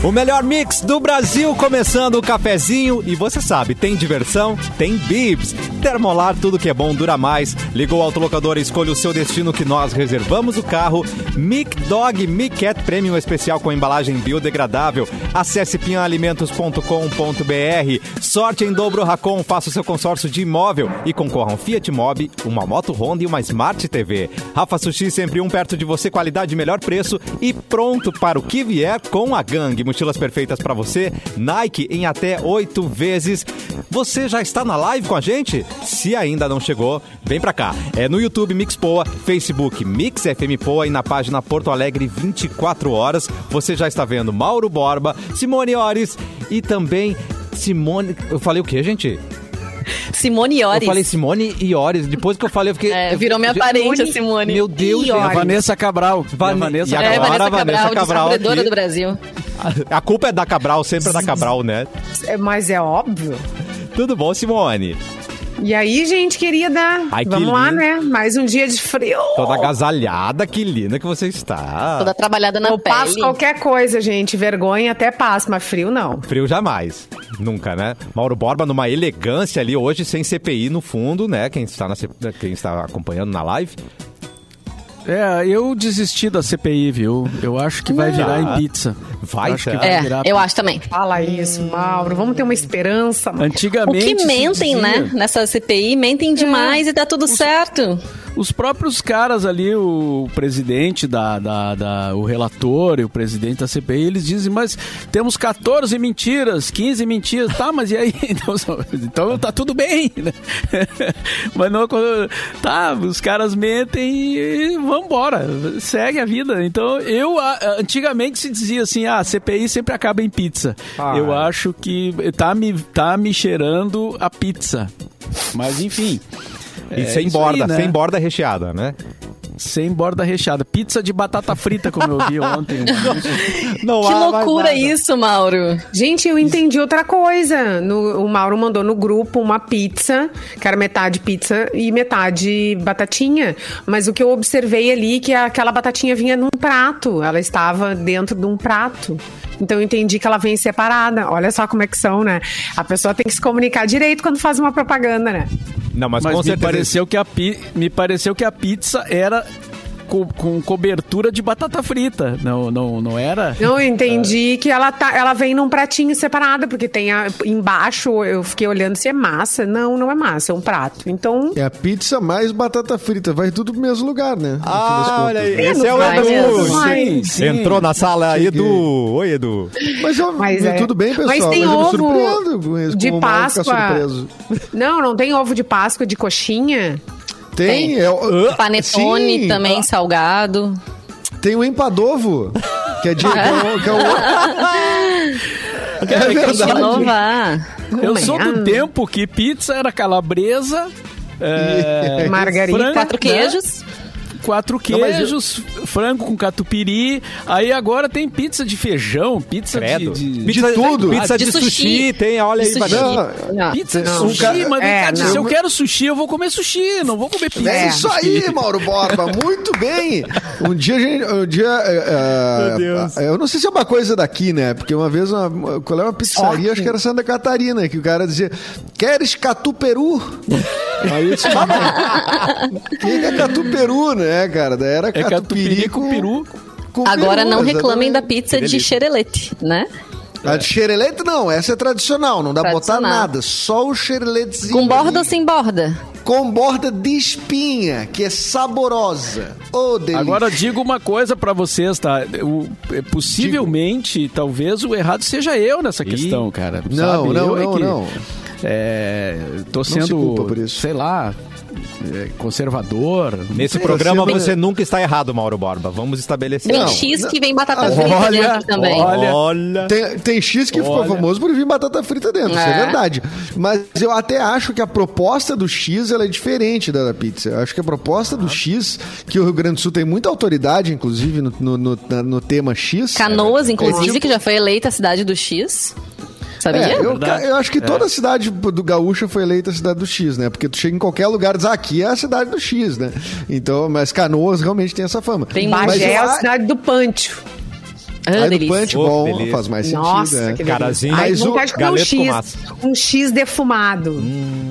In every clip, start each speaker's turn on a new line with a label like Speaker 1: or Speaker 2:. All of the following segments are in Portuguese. Speaker 1: O melhor mix do Brasil, começando o cafezinho. E você sabe, tem diversão, tem bibs. Termolar, tudo que é bom dura mais. Liga o autolocador e escolha o seu destino que nós reservamos o carro. Mic Dog Mic Cat Premium especial com embalagem biodegradável. Acesse pinhalimentos.com.br. Sorte em dobro Racon, faça o seu consórcio de imóvel e concorra a um Fiat Mobi, uma moto Honda e uma Smart TV. Rafa Sushi, sempre um perto de você, qualidade e melhor preço e pronto para o que vier com a gangue. Mochilas perfeitas para você, Nike em até oito vezes. Você já está na live com a gente? Se ainda não chegou, vem pra cá. É no YouTube Mix Poa, Facebook Mix FM Poa e na página Porto Alegre 24 horas. Você já está vendo Mauro Borba, Simone Ores e também Simone. Eu falei o que, gente?
Speaker 2: Simone
Speaker 1: Eu
Speaker 2: Ores.
Speaker 1: falei Simone e Ores. Depois que eu falei, eu fiquei.
Speaker 2: É, virou minha parente, a Simone.
Speaker 1: Meu Deus,
Speaker 2: Iores.
Speaker 1: gente.
Speaker 3: A Vanessa Cabral.
Speaker 1: Van-
Speaker 3: A Vanessa
Speaker 1: e a
Speaker 2: É,
Speaker 1: Agora,
Speaker 2: Vanessa Cabral,
Speaker 1: Vanessa Cabral
Speaker 2: descobridora
Speaker 1: aqui.
Speaker 2: do Brasil.
Speaker 1: A culpa é da Cabral, sempre é da Cabral, né?
Speaker 4: É, Mas é óbvio.
Speaker 1: Tudo bom, Simone?
Speaker 4: E aí, gente querida?
Speaker 1: Ai, que
Speaker 4: vamos lá,
Speaker 1: lindo.
Speaker 4: né? Mais um dia de frio.
Speaker 1: Toda agasalhada, que linda que você está.
Speaker 2: Oh. Toda trabalhada na
Speaker 4: Eu
Speaker 2: pele.
Speaker 4: passo qualquer coisa, gente. Vergonha até passa, mas frio não.
Speaker 1: Frio jamais. Nunca, né? Mauro Borba numa elegância ali hoje, sem CPI no fundo, né? Quem está, na C- quem está acompanhando na live.
Speaker 3: É, eu desisti da CPI, viu? Eu acho que vai virar em pizza.
Speaker 1: Vai,
Speaker 3: Eu acho que
Speaker 1: tá.
Speaker 3: vai
Speaker 2: É,
Speaker 3: virar
Speaker 2: eu acho também.
Speaker 4: Fala isso, Mauro. Vamos ter uma esperança. Mauro.
Speaker 2: O
Speaker 3: Antigamente.
Speaker 2: que
Speaker 3: se
Speaker 2: mentem,
Speaker 3: dizia-
Speaker 2: né? Nessa CPI, mentem demais e dá tudo certo.
Speaker 3: Os próprios caras ali, o presidente da, da, da- o relator e o presidente da CPI, eles dizem, mas temos 14 mentiras, 15 mentiras, tá, mas e aí? Então, só- então tá tudo bem, né? Mas não, quando- tá, os caras mentem e vambora, segue a vida. Então, eu, a- antigamente se dizia assim, ah, CPI sempre acaba em pizza.
Speaker 1: Ah.
Speaker 3: Eu acho que tá me, tá me cheirando a pizza. Mas enfim.
Speaker 1: E
Speaker 3: é
Speaker 1: sem
Speaker 3: isso
Speaker 1: borda,
Speaker 3: aí, né?
Speaker 1: sem borda recheada, né?
Speaker 3: Sem borda recheada. Pizza de batata frita, como eu vi ontem.
Speaker 1: Não
Speaker 2: que
Speaker 1: há mais
Speaker 2: loucura
Speaker 1: nada.
Speaker 2: isso, Mauro.
Speaker 4: Gente, eu entendi outra coisa. No- o Mauro mandou no grupo uma pizza, que era metade pizza e metade batatinha. Mas o que eu observei ali é que aquela batatinha vinha num prato. Ela estava dentro de um prato. Então eu entendi que ela vem separada. Olha só como é que são, né? A pessoa tem que se comunicar direito quando faz uma propaganda, né?
Speaker 1: Não, mas,
Speaker 3: Mas
Speaker 1: com
Speaker 3: me
Speaker 1: certeza.
Speaker 3: pareceu, que a pi... me pareceu que a pizza era co- com cobertura de batata frita. Não, não, não era?
Speaker 4: Não, eu entendi que ela, tá, ela vem num pratinho separado, porque tem a- embaixo, eu fiquei olhando se é massa. Não, não é massa, é um prato. Então,
Speaker 5: É a pizza mais batata frita. Vai tudo pro mesmo lugar, né? No fim das
Speaker 1: Ah, olha aí.
Speaker 5: contas, né?
Speaker 1: Esse é o
Speaker 2: Vai mesmo,
Speaker 1: Edu.
Speaker 4: vai.
Speaker 1: Sim, sim. Entrou na sala, Edu. Oi, Edu.
Speaker 5: Mas, eu,
Speaker 4: Mas é.
Speaker 5: tudo bem, pessoal.
Speaker 4: Mas tem
Speaker 5: eu me
Speaker 4: ovo
Speaker 5: surpreendo com isso,
Speaker 4: de
Speaker 5: como o Mauro fica
Speaker 4: Páscoa.
Speaker 5: surpreso.
Speaker 4: Não, não tem ovo de Páscoa de coxinha?
Speaker 5: Tem,
Speaker 2: Tem.
Speaker 5: é
Speaker 4: Uh,
Speaker 5: o-
Speaker 2: Panetone
Speaker 5: Sim,
Speaker 2: também, salgado.
Speaker 5: Tem o empadovo, que é de que é o- que é o- É
Speaker 2: Tem que
Speaker 5: verdade.
Speaker 2: inovar.
Speaker 3: Eu sou do
Speaker 4: Ah.
Speaker 3: tempo que pizza era calabresa. é,
Speaker 4: E- Margarita.
Speaker 3: frango,
Speaker 2: Quatro
Speaker 3: né?
Speaker 2: queijos.
Speaker 3: Quatro
Speaker 5: Não, mas eu-
Speaker 3: queijos, frango com catupiry. Aí agora tem pizza de feijão, pizza de,
Speaker 1: Credo.
Speaker 3: de,
Speaker 1: Pizza-
Speaker 5: tudo.
Speaker 1: Pizza Tá de,
Speaker 2: Ah, De
Speaker 1: sushi.
Speaker 2: sushi.
Speaker 1: tem, olha aí.
Speaker 2: De
Speaker 1: vai-
Speaker 2: sushi.
Speaker 5: Não,
Speaker 4: Não.
Speaker 3: Pizza de
Speaker 4: Ah, Não.
Speaker 3: sushi,
Speaker 5: cara,
Speaker 3: mas vem
Speaker 4: é,
Speaker 3: cá dizer,
Speaker 4: não.
Speaker 3: se eu quero sushi, eu vou comer sushi, não vou comer pizza.
Speaker 4: É.
Speaker 5: É isso aí, Mauro Borba, muito bem. Um dia, a gente, um dia, é, é,
Speaker 1: Meu Deus.
Speaker 5: eu não sei se é uma coisa daqui, né? Porque uma vez, uma, qual é uma pizzaria, acho que era Santa Catarina, que o cara dizia, queres catuperu? Aí eu disse, "Ah, mas o que é catuperu, né, cara? Daí Era
Speaker 3: É catupiry com peru.
Speaker 5: com
Speaker 2: Agora
Speaker 5: peru,
Speaker 2: não reclamem
Speaker 5: exatamente.
Speaker 2: da pizza de xerelete, né?
Speaker 5: A de xerelete não, essa é tradicional, não dá pra botar
Speaker 2: Tradicional.
Speaker 5: nada, só o xereletezinho.
Speaker 2: Com borda assim. ou
Speaker 5: ali,
Speaker 2: sem borda?
Speaker 5: Com borda de espinha, que é saborosa. Ô, delícia.
Speaker 3: Agora eu digo uma coisa pra vocês, tá? O- é, possivelmente, talvez o errado seja eu nessa questão, cara.
Speaker 5: Não,
Speaker 3: sabe?
Speaker 5: não,
Speaker 3: eu
Speaker 5: não,
Speaker 3: é que,
Speaker 5: não.
Speaker 3: É, tô
Speaker 5: se culpa
Speaker 3: sendo,
Speaker 5: por isso.
Speaker 3: sei lá, é, conservador.
Speaker 1: Nesse
Speaker 3: Não sei.
Speaker 1: programa
Speaker 5: Você-
Speaker 1: você nunca está errado, Mauro Borba. Vamos estabelecer.
Speaker 2: Tem
Speaker 5: Não.
Speaker 2: X que vem batata
Speaker 5: Olha,
Speaker 2: frita dentro também.
Speaker 3: olha.
Speaker 1: olha.
Speaker 5: Tem, tem X que ficou
Speaker 3: Olha.
Speaker 5: famoso por vir batata frita dentro, isso é
Speaker 2: É.
Speaker 5: verdade. Mas eu até acho que a proposta do X ela é diferente da da pizza. Eu acho que a proposta do X, que o Rio Grande do Sul tem muita autoridade, inclusive, no, no, no- na- no tema X.
Speaker 2: Canoas, inclusive,
Speaker 5: É, tipo-
Speaker 2: que já foi eleita a cidade do X. Sabia?
Speaker 5: É, eu,
Speaker 3: verdade.
Speaker 5: eu acho que toda cidade do Gaúcha foi eleita a cidade do X, né? Porque tu chega em qualquer lugar e diz, ah, aqui é a cidade do X, né? Então, mas Canoas realmente tem essa fama.
Speaker 2: Tem
Speaker 5: mas
Speaker 4: Bagé
Speaker 5: eu
Speaker 4: é a
Speaker 5: a-
Speaker 4: cidade do Pancho.
Speaker 2: Ah,
Speaker 5: Aí no
Speaker 2: delícia.
Speaker 5: Punch,
Speaker 1: Oh, que
Speaker 5: bom,
Speaker 1: delícia.
Speaker 5: faz mais sentido.
Speaker 4: Nossa,
Speaker 5: né?
Speaker 4: que
Speaker 1: Carazinho.
Speaker 4: delícia. Ai,
Speaker 5: Mas o
Speaker 4: vontade de comer um
Speaker 1: galeto com
Speaker 4: X,
Speaker 1: massa.
Speaker 4: um X defumado.
Speaker 5: Hum.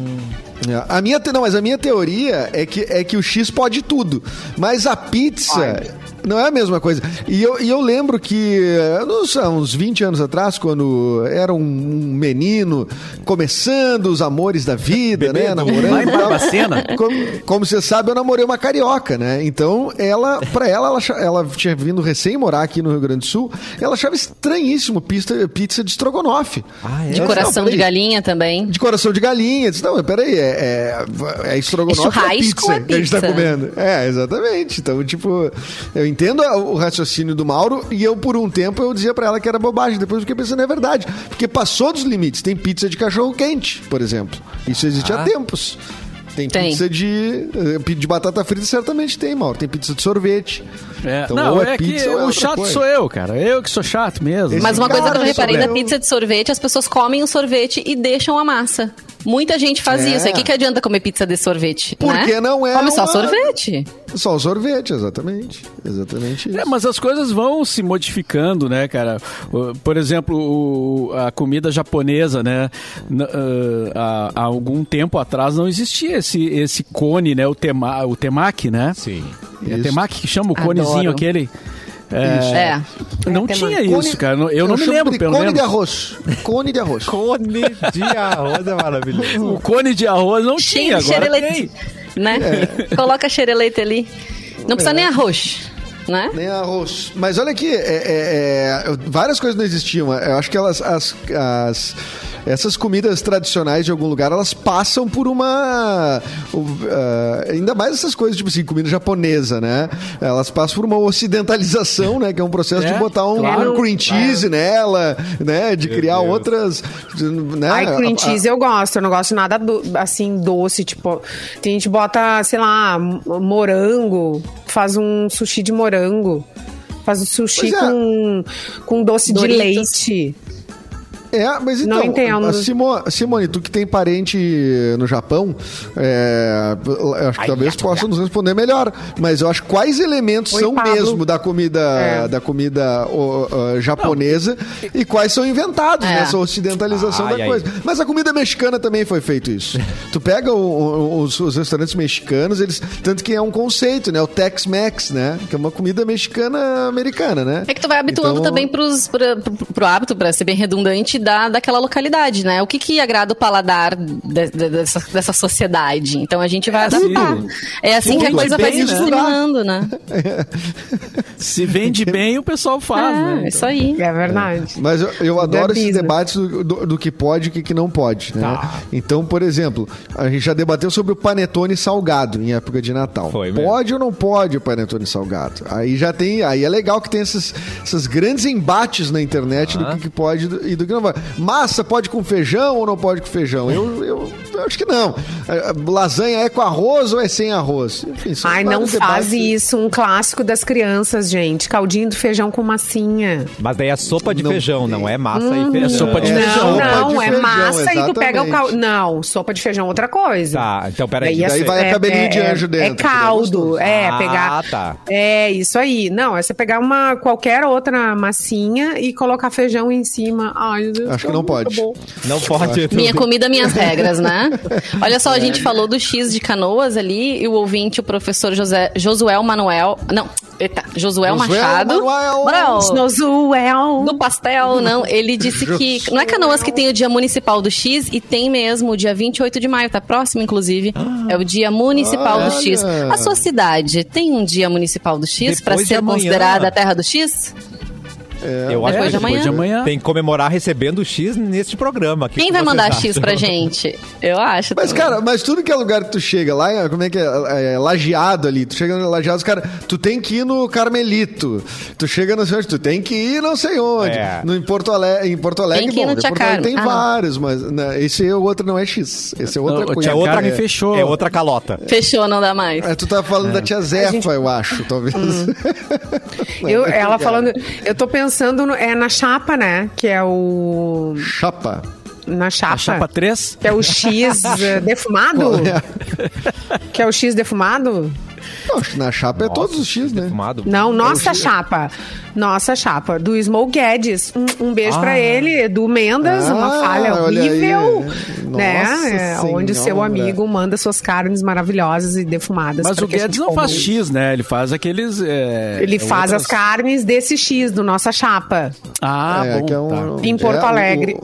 Speaker 5: É, A minha, te- não, mas a minha teoria é que, é que o X pode tudo. Mas a pizza não é a mesma coisa. E eu, e eu lembro que, eh, não sei, há uns 20 anos atrás, quando era um um menino começando os amores da vida, né?
Speaker 1: Bebendo.
Speaker 5: Namorando.
Speaker 3: Lá em
Speaker 5: e tal.
Speaker 3: Barbacena.
Speaker 5: Como, como você sabe, eu namorei uma carioca, né? Então, ela, pra ela, ela, acha- ela tinha vindo recém morar aqui no Rio Grande do Sul, ela achava estranhíssimo pizza, pizza de estrogonofe.
Speaker 1: Ah, é?
Speaker 2: De
Speaker 5: Eu disse,
Speaker 2: coração
Speaker 5: "Não,
Speaker 2: de
Speaker 5: peraí,
Speaker 2: galinha também.
Speaker 5: de coração de galinha. Eu Disse, não, mas peraí, é, é, é estrogonofe
Speaker 2: É
Speaker 5: ou
Speaker 2: churrasco
Speaker 5: pizza
Speaker 2: ou é
Speaker 5: que a gente tá
Speaker 2: pizza?
Speaker 5: comendo. É, exatamente. Então, tipo, eu entendo a- o raciocínio do Mauro e eu, por um tempo, eu dizia pra ela que era bobagem. Depois eu fiquei pensando, é verdade. Porque passou dos limites. Tem pizza de cachorro quente, por exemplo. Isso existe há tempos. Tem,
Speaker 2: Ah. Tem.
Speaker 5: pizza de, eh, pi- de batata frita, certamente tem, Mauro. Tem pizza de sorvete.
Speaker 3: É,
Speaker 5: Então,
Speaker 3: não,
Speaker 5: ou
Speaker 3: é, que
Speaker 5: ou
Speaker 3: o
Speaker 5: outra
Speaker 3: chato
Speaker 5: coisa.
Speaker 3: sou eu, cara. Eu que sou chato mesmo.
Speaker 2: Mas uma
Speaker 5: Cara,
Speaker 2: coisa que eu
Speaker 5: isso
Speaker 2: reparei
Speaker 5: é
Speaker 2: da
Speaker 5: um-
Speaker 2: pizza de sorvete, as pessoas comem o sorvete e deixam a massa. Muita gente faz
Speaker 5: É.
Speaker 2: isso. E o que, que adianta comer pizza de sorvete?
Speaker 5: Porque
Speaker 2: né?
Speaker 5: não é
Speaker 2: Come só
Speaker 5: uma-
Speaker 2: sorvete.
Speaker 5: Só o sorvete, exatamente. Exatamente isso.
Speaker 3: É, mas as coisas vão se modificando, né, cara? O- Por exemplo, o- a comida japonesa, né? N- ah, há- há algum tempo atrás não existia esse, esse cone, né? O, tema, o temaki, né?
Speaker 1: Sim.
Speaker 3: É
Speaker 5: Isso.
Speaker 3: temaki que chama o
Speaker 2: Adoro.
Speaker 3: conezinho aquele.
Speaker 5: Isso.
Speaker 2: É.
Speaker 3: Não
Speaker 4: temaki.
Speaker 3: tinha
Speaker 5: um Cone-
Speaker 3: isso, cara. Eu, não me
Speaker 5: chamo
Speaker 3: lembro,
Speaker 5: de
Speaker 3: pelo
Speaker 5: cone
Speaker 3: menos.
Speaker 5: de arroz. Cone de arroz.
Speaker 1: Cone de arroz é maravilhoso.
Speaker 3: O cone de arroz não
Speaker 2: Cheio
Speaker 3: tinha
Speaker 2: de
Speaker 3: agora.
Speaker 2: xereleite.
Speaker 3: tem.
Speaker 2: Né?
Speaker 5: É.
Speaker 2: Coloca xereleite ali. Não precisa nem arroz. Né?
Speaker 5: Nem arroz. Mas olha aqui, é- é- é, eu- várias coisas não existiam. Eu acho que elas, as, as- essas comidas tradicionais de algum lugar, elas passam por uma. o- ah, ainda mais essas coisas, tipo assim, comida japonesa, né? Elas passam por uma ocidentalização, né? Que é um processo
Speaker 3: É,
Speaker 5: de botar um
Speaker 3: claro,
Speaker 5: cream cheese nela, né? De criar
Speaker 1: Deus.
Speaker 5: outras. Né?
Speaker 4: Ai, cream
Speaker 5: A- a-
Speaker 4: cheese eu gosto. Eu não gosto de nada do- assim, doce. Tipo, tem gente que bota, sei lá, m- morango. Faz um sushi de morango. Faz um sushi
Speaker 5: Pois é.
Speaker 4: com, com doce de
Speaker 2: Doritos.
Speaker 4: leite.
Speaker 5: É, mas então,
Speaker 4: Não entendo.
Speaker 5: a Simo- Simone, tu que tem parente no Japão, é, eu acho que talvez possa nos responder melhor. Mas eu acho que quais elementos
Speaker 4: Oi,
Speaker 5: são
Speaker 4: Pablo.
Speaker 5: mesmo da comida
Speaker 4: É.
Speaker 5: da comida ó, ó, japonesa e quais são inventados
Speaker 2: É.
Speaker 5: nessa ocidentalização
Speaker 1: Ai,
Speaker 5: da
Speaker 1: ai.
Speaker 5: coisa. Mas a comida mexicana também foi feito isso. tu pega o- o- os, os restaurantes mexicanos, eles tanto que é um conceito, né? O Tex-Mex, né? Que é uma comida mexicana americana, né?
Speaker 2: É que tu vai habituando
Speaker 5: Então-
Speaker 2: também pros, pra, pro, pro hábito, pra ser bem redundante, da, daquela localidade, né? O que que agrada o paladar de- de- dessa, dessa sociedade? Então a gente vai
Speaker 3: É assim.
Speaker 2: adaptar. É assim que a
Speaker 5: Tudo,
Speaker 2: coisa
Speaker 5: bem
Speaker 2: vai se
Speaker 5: estudar.
Speaker 2: disseminando, né?
Speaker 3: Se vende bem, o pessoal faz,
Speaker 2: é,
Speaker 3: né?
Speaker 2: isso aí.
Speaker 4: É verdade.
Speaker 5: Mas eu,
Speaker 1: é
Speaker 5: eu adoro esses
Speaker 4: business.
Speaker 5: debates do, do- do que pode e o que, que não pode, né?
Speaker 1: Tá.
Speaker 5: Então, por exemplo, a gente já debateu sobre o panetone salgado em época de Natal.
Speaker 1: Foi mesmo.
Speaker 5: pode ou não pode o panetone salgado? Aí já tem, aí é legal que tem esses, esses grandes embates na internet do que, que pode e do- e do que não pode. Massa pode com feijão ou não pode com feijão? Eu, eu, eu acho que não. Eh, Lasanha é com arroz ou é sem arroz? Enfim, são
Speaker 4: Ai, não
Speaker 5: vários
Speaker 4: faz
Speaker 5: debates.
Speaker 4: isso. Um clássico das crianças, gente. Caldinho do feijão com massinha.
Speaker 1: Mas daí é sopa de
Speaker 5: Não
Speaker 1: feijão,
Speaker 5: tem.
Speaker 1: não é massa
Speaker 2: Uhum.
Speaker 1: e feijão.
Speaker 3: É sopa de
Speaker 5: É,
Speaker 3: feijão.
Speaker 4: não, não,
Speaker 5: sopa de
Speaker 4: é
Speaker 5: feijão,
Speaker 4: massa e tu pega o caldo.
Speaker 5: exatamente.
Speaker 4: Não, sopa de feijão é outra coisa.
Speaker 1: Tá, então peraí.
Speaker 4: Daí é-
Speaker 5: Daí vai a cabelinho de anjo dentro,
Speaker 4: É
Speaker 5: que daí é gostoso.
Speaker 4: caldo, é,
Speaker 1: Ah,
Speaker 4: pegar.
Speaker 1: tá.
Speaker 4: É, isso aí. Não, é você pegar uma qualquer outra massinha e colocar feijão em cima. Ai, meu Deus, tá
Speaker 5: Acho que não
Speaker 4: muito
Speaker 5: pode.
Speaker 4: bom.
Speaker 1: Não pode. Edu.
Speaker 2: Minha comida, minhas regras, né? Olha só, a gente falou do X de canoas ali, e o ouvinte, o professor José, Josuel Manuel. Não, eita, Josuel,
Speaker 5: Josuel
Speaker 2: Machado.
Speaker 5: Manuel.
Speaker 2: Brau.
Speaker 4: Snozuel.
Speaker 2: No pastel, não. Ele disse que. Não é Canoas que tem o Dia Municipal do X e tem mesmo o dia 28 de maio, tá próximo, incluve. É o Dia Municipal do X.
Speaker 5: olha.
Speaker 2: A sua cidade tem um Dia Municipal do X para
Speaker 1: Depois de
Speaker 2: ser
Speaker 1: amanhã.
Speaker 2: considerada a terra do X?
Speaker 1: Eu acho
Speaker 2: Depois
Speaker 1: que
Speaker 2: de amanhã.
Speaker 1: Tem que comemorar recebendo o X neste programa. Que
Speaker 2: Quem
Speaker 1: que
Speaker 2: vai
Speaker 1: vocês tá?
Speaker 2: mandar
Speaker 1: acham?
Speaker 2: X pra gente? Eu acho.
Speaker 5: Mas,
Speaker 2: também.
Speaker 5: cara, mas tudo que é lugar que tu chega lá, é- como é que é? é lajeado ali. Tu chega no lajeado, os cara, tu tem que ir no Carmelito. Tu chega no onde, tu tem que ir não sei onde.
Speaker 1: É.
Speaker 5: No, em Porto Alegre, em Porto Alegre,
Speaker 2: Tem que ir
Speaker 5: bom,
Speaker 2: no
Speaker 5: em Porto Alegre
Speaker 2: Tchacar.
Speaker 5: tem
Speaker 2: Ah, não.
Speaker 5: vários, mas né, esse é o outro não é X. Esse é outra
Speaker 3: Não, o
Speaker 5: coisa.
Speaker 1: É
Speaker 3: Tchacar
Speaker 1: outra,
Speaker 3: Cara, fechou.
Speaker 1: é outra calota.
Speaker 2: Fechou, não dá mais.
Speaker 5: É, tu tá falando da tia Zefa, eu acho, talvez.
Speaker 2: Hum.
Speaker 4: Eu,
Speaker 5: é
Speaker 4: ela falando. Eu tô pensando no- é na chapa, né? Que é o.
Speaker 5: Chapa.
Speaker 4: Na chapa.
Speaker 3: A chapa 3?
Speaker 4: Que é o X eh, defumado?
Speaker 5: É.
Speaker 4: Que é o X defumado?
Speaker 5: Não, na chapa é todos os X, né?
Speaker 1: Fumado.
Speaker 4: Não,
Speaker 1: É um
Speaker 4: nossa chapa. Nossa chapa. Do Small Guedes. Um, um beijo pra ele. Do Mendas, uma
Speaker 5: Ah,
Speaker 4: falha
Speaker 5: olha aí.
Speaker 4: horrível. Né?
Speaker 5: Nossa
Speaker 4: É, onde seu
Speaker 5: Senhora.
Speaker 4: amigo manda suas carnes maravilhosas e defumadas.
Speaker 3: Mas
Speaker 4: pra
Speaker 3: o
Speaker 4: que a gente
Speaker 3: Guedes não faz
Speaker 4: coma.
Speaker 3: X, né? Ele faz aqueles. é,
Speaker 4: Ele faz
Speaker 3: outras-
Speaker 4: as carnes desse X, do nossa chapa.
Speaker 3: Ah,
Speaker 5: é,
Speaker 3: bom.
Speaker 5: que é um-
Speaker 3: tá.
Speaker 4: Em Porto
Speaker 5: é, o-
Speaker 4: Alegre.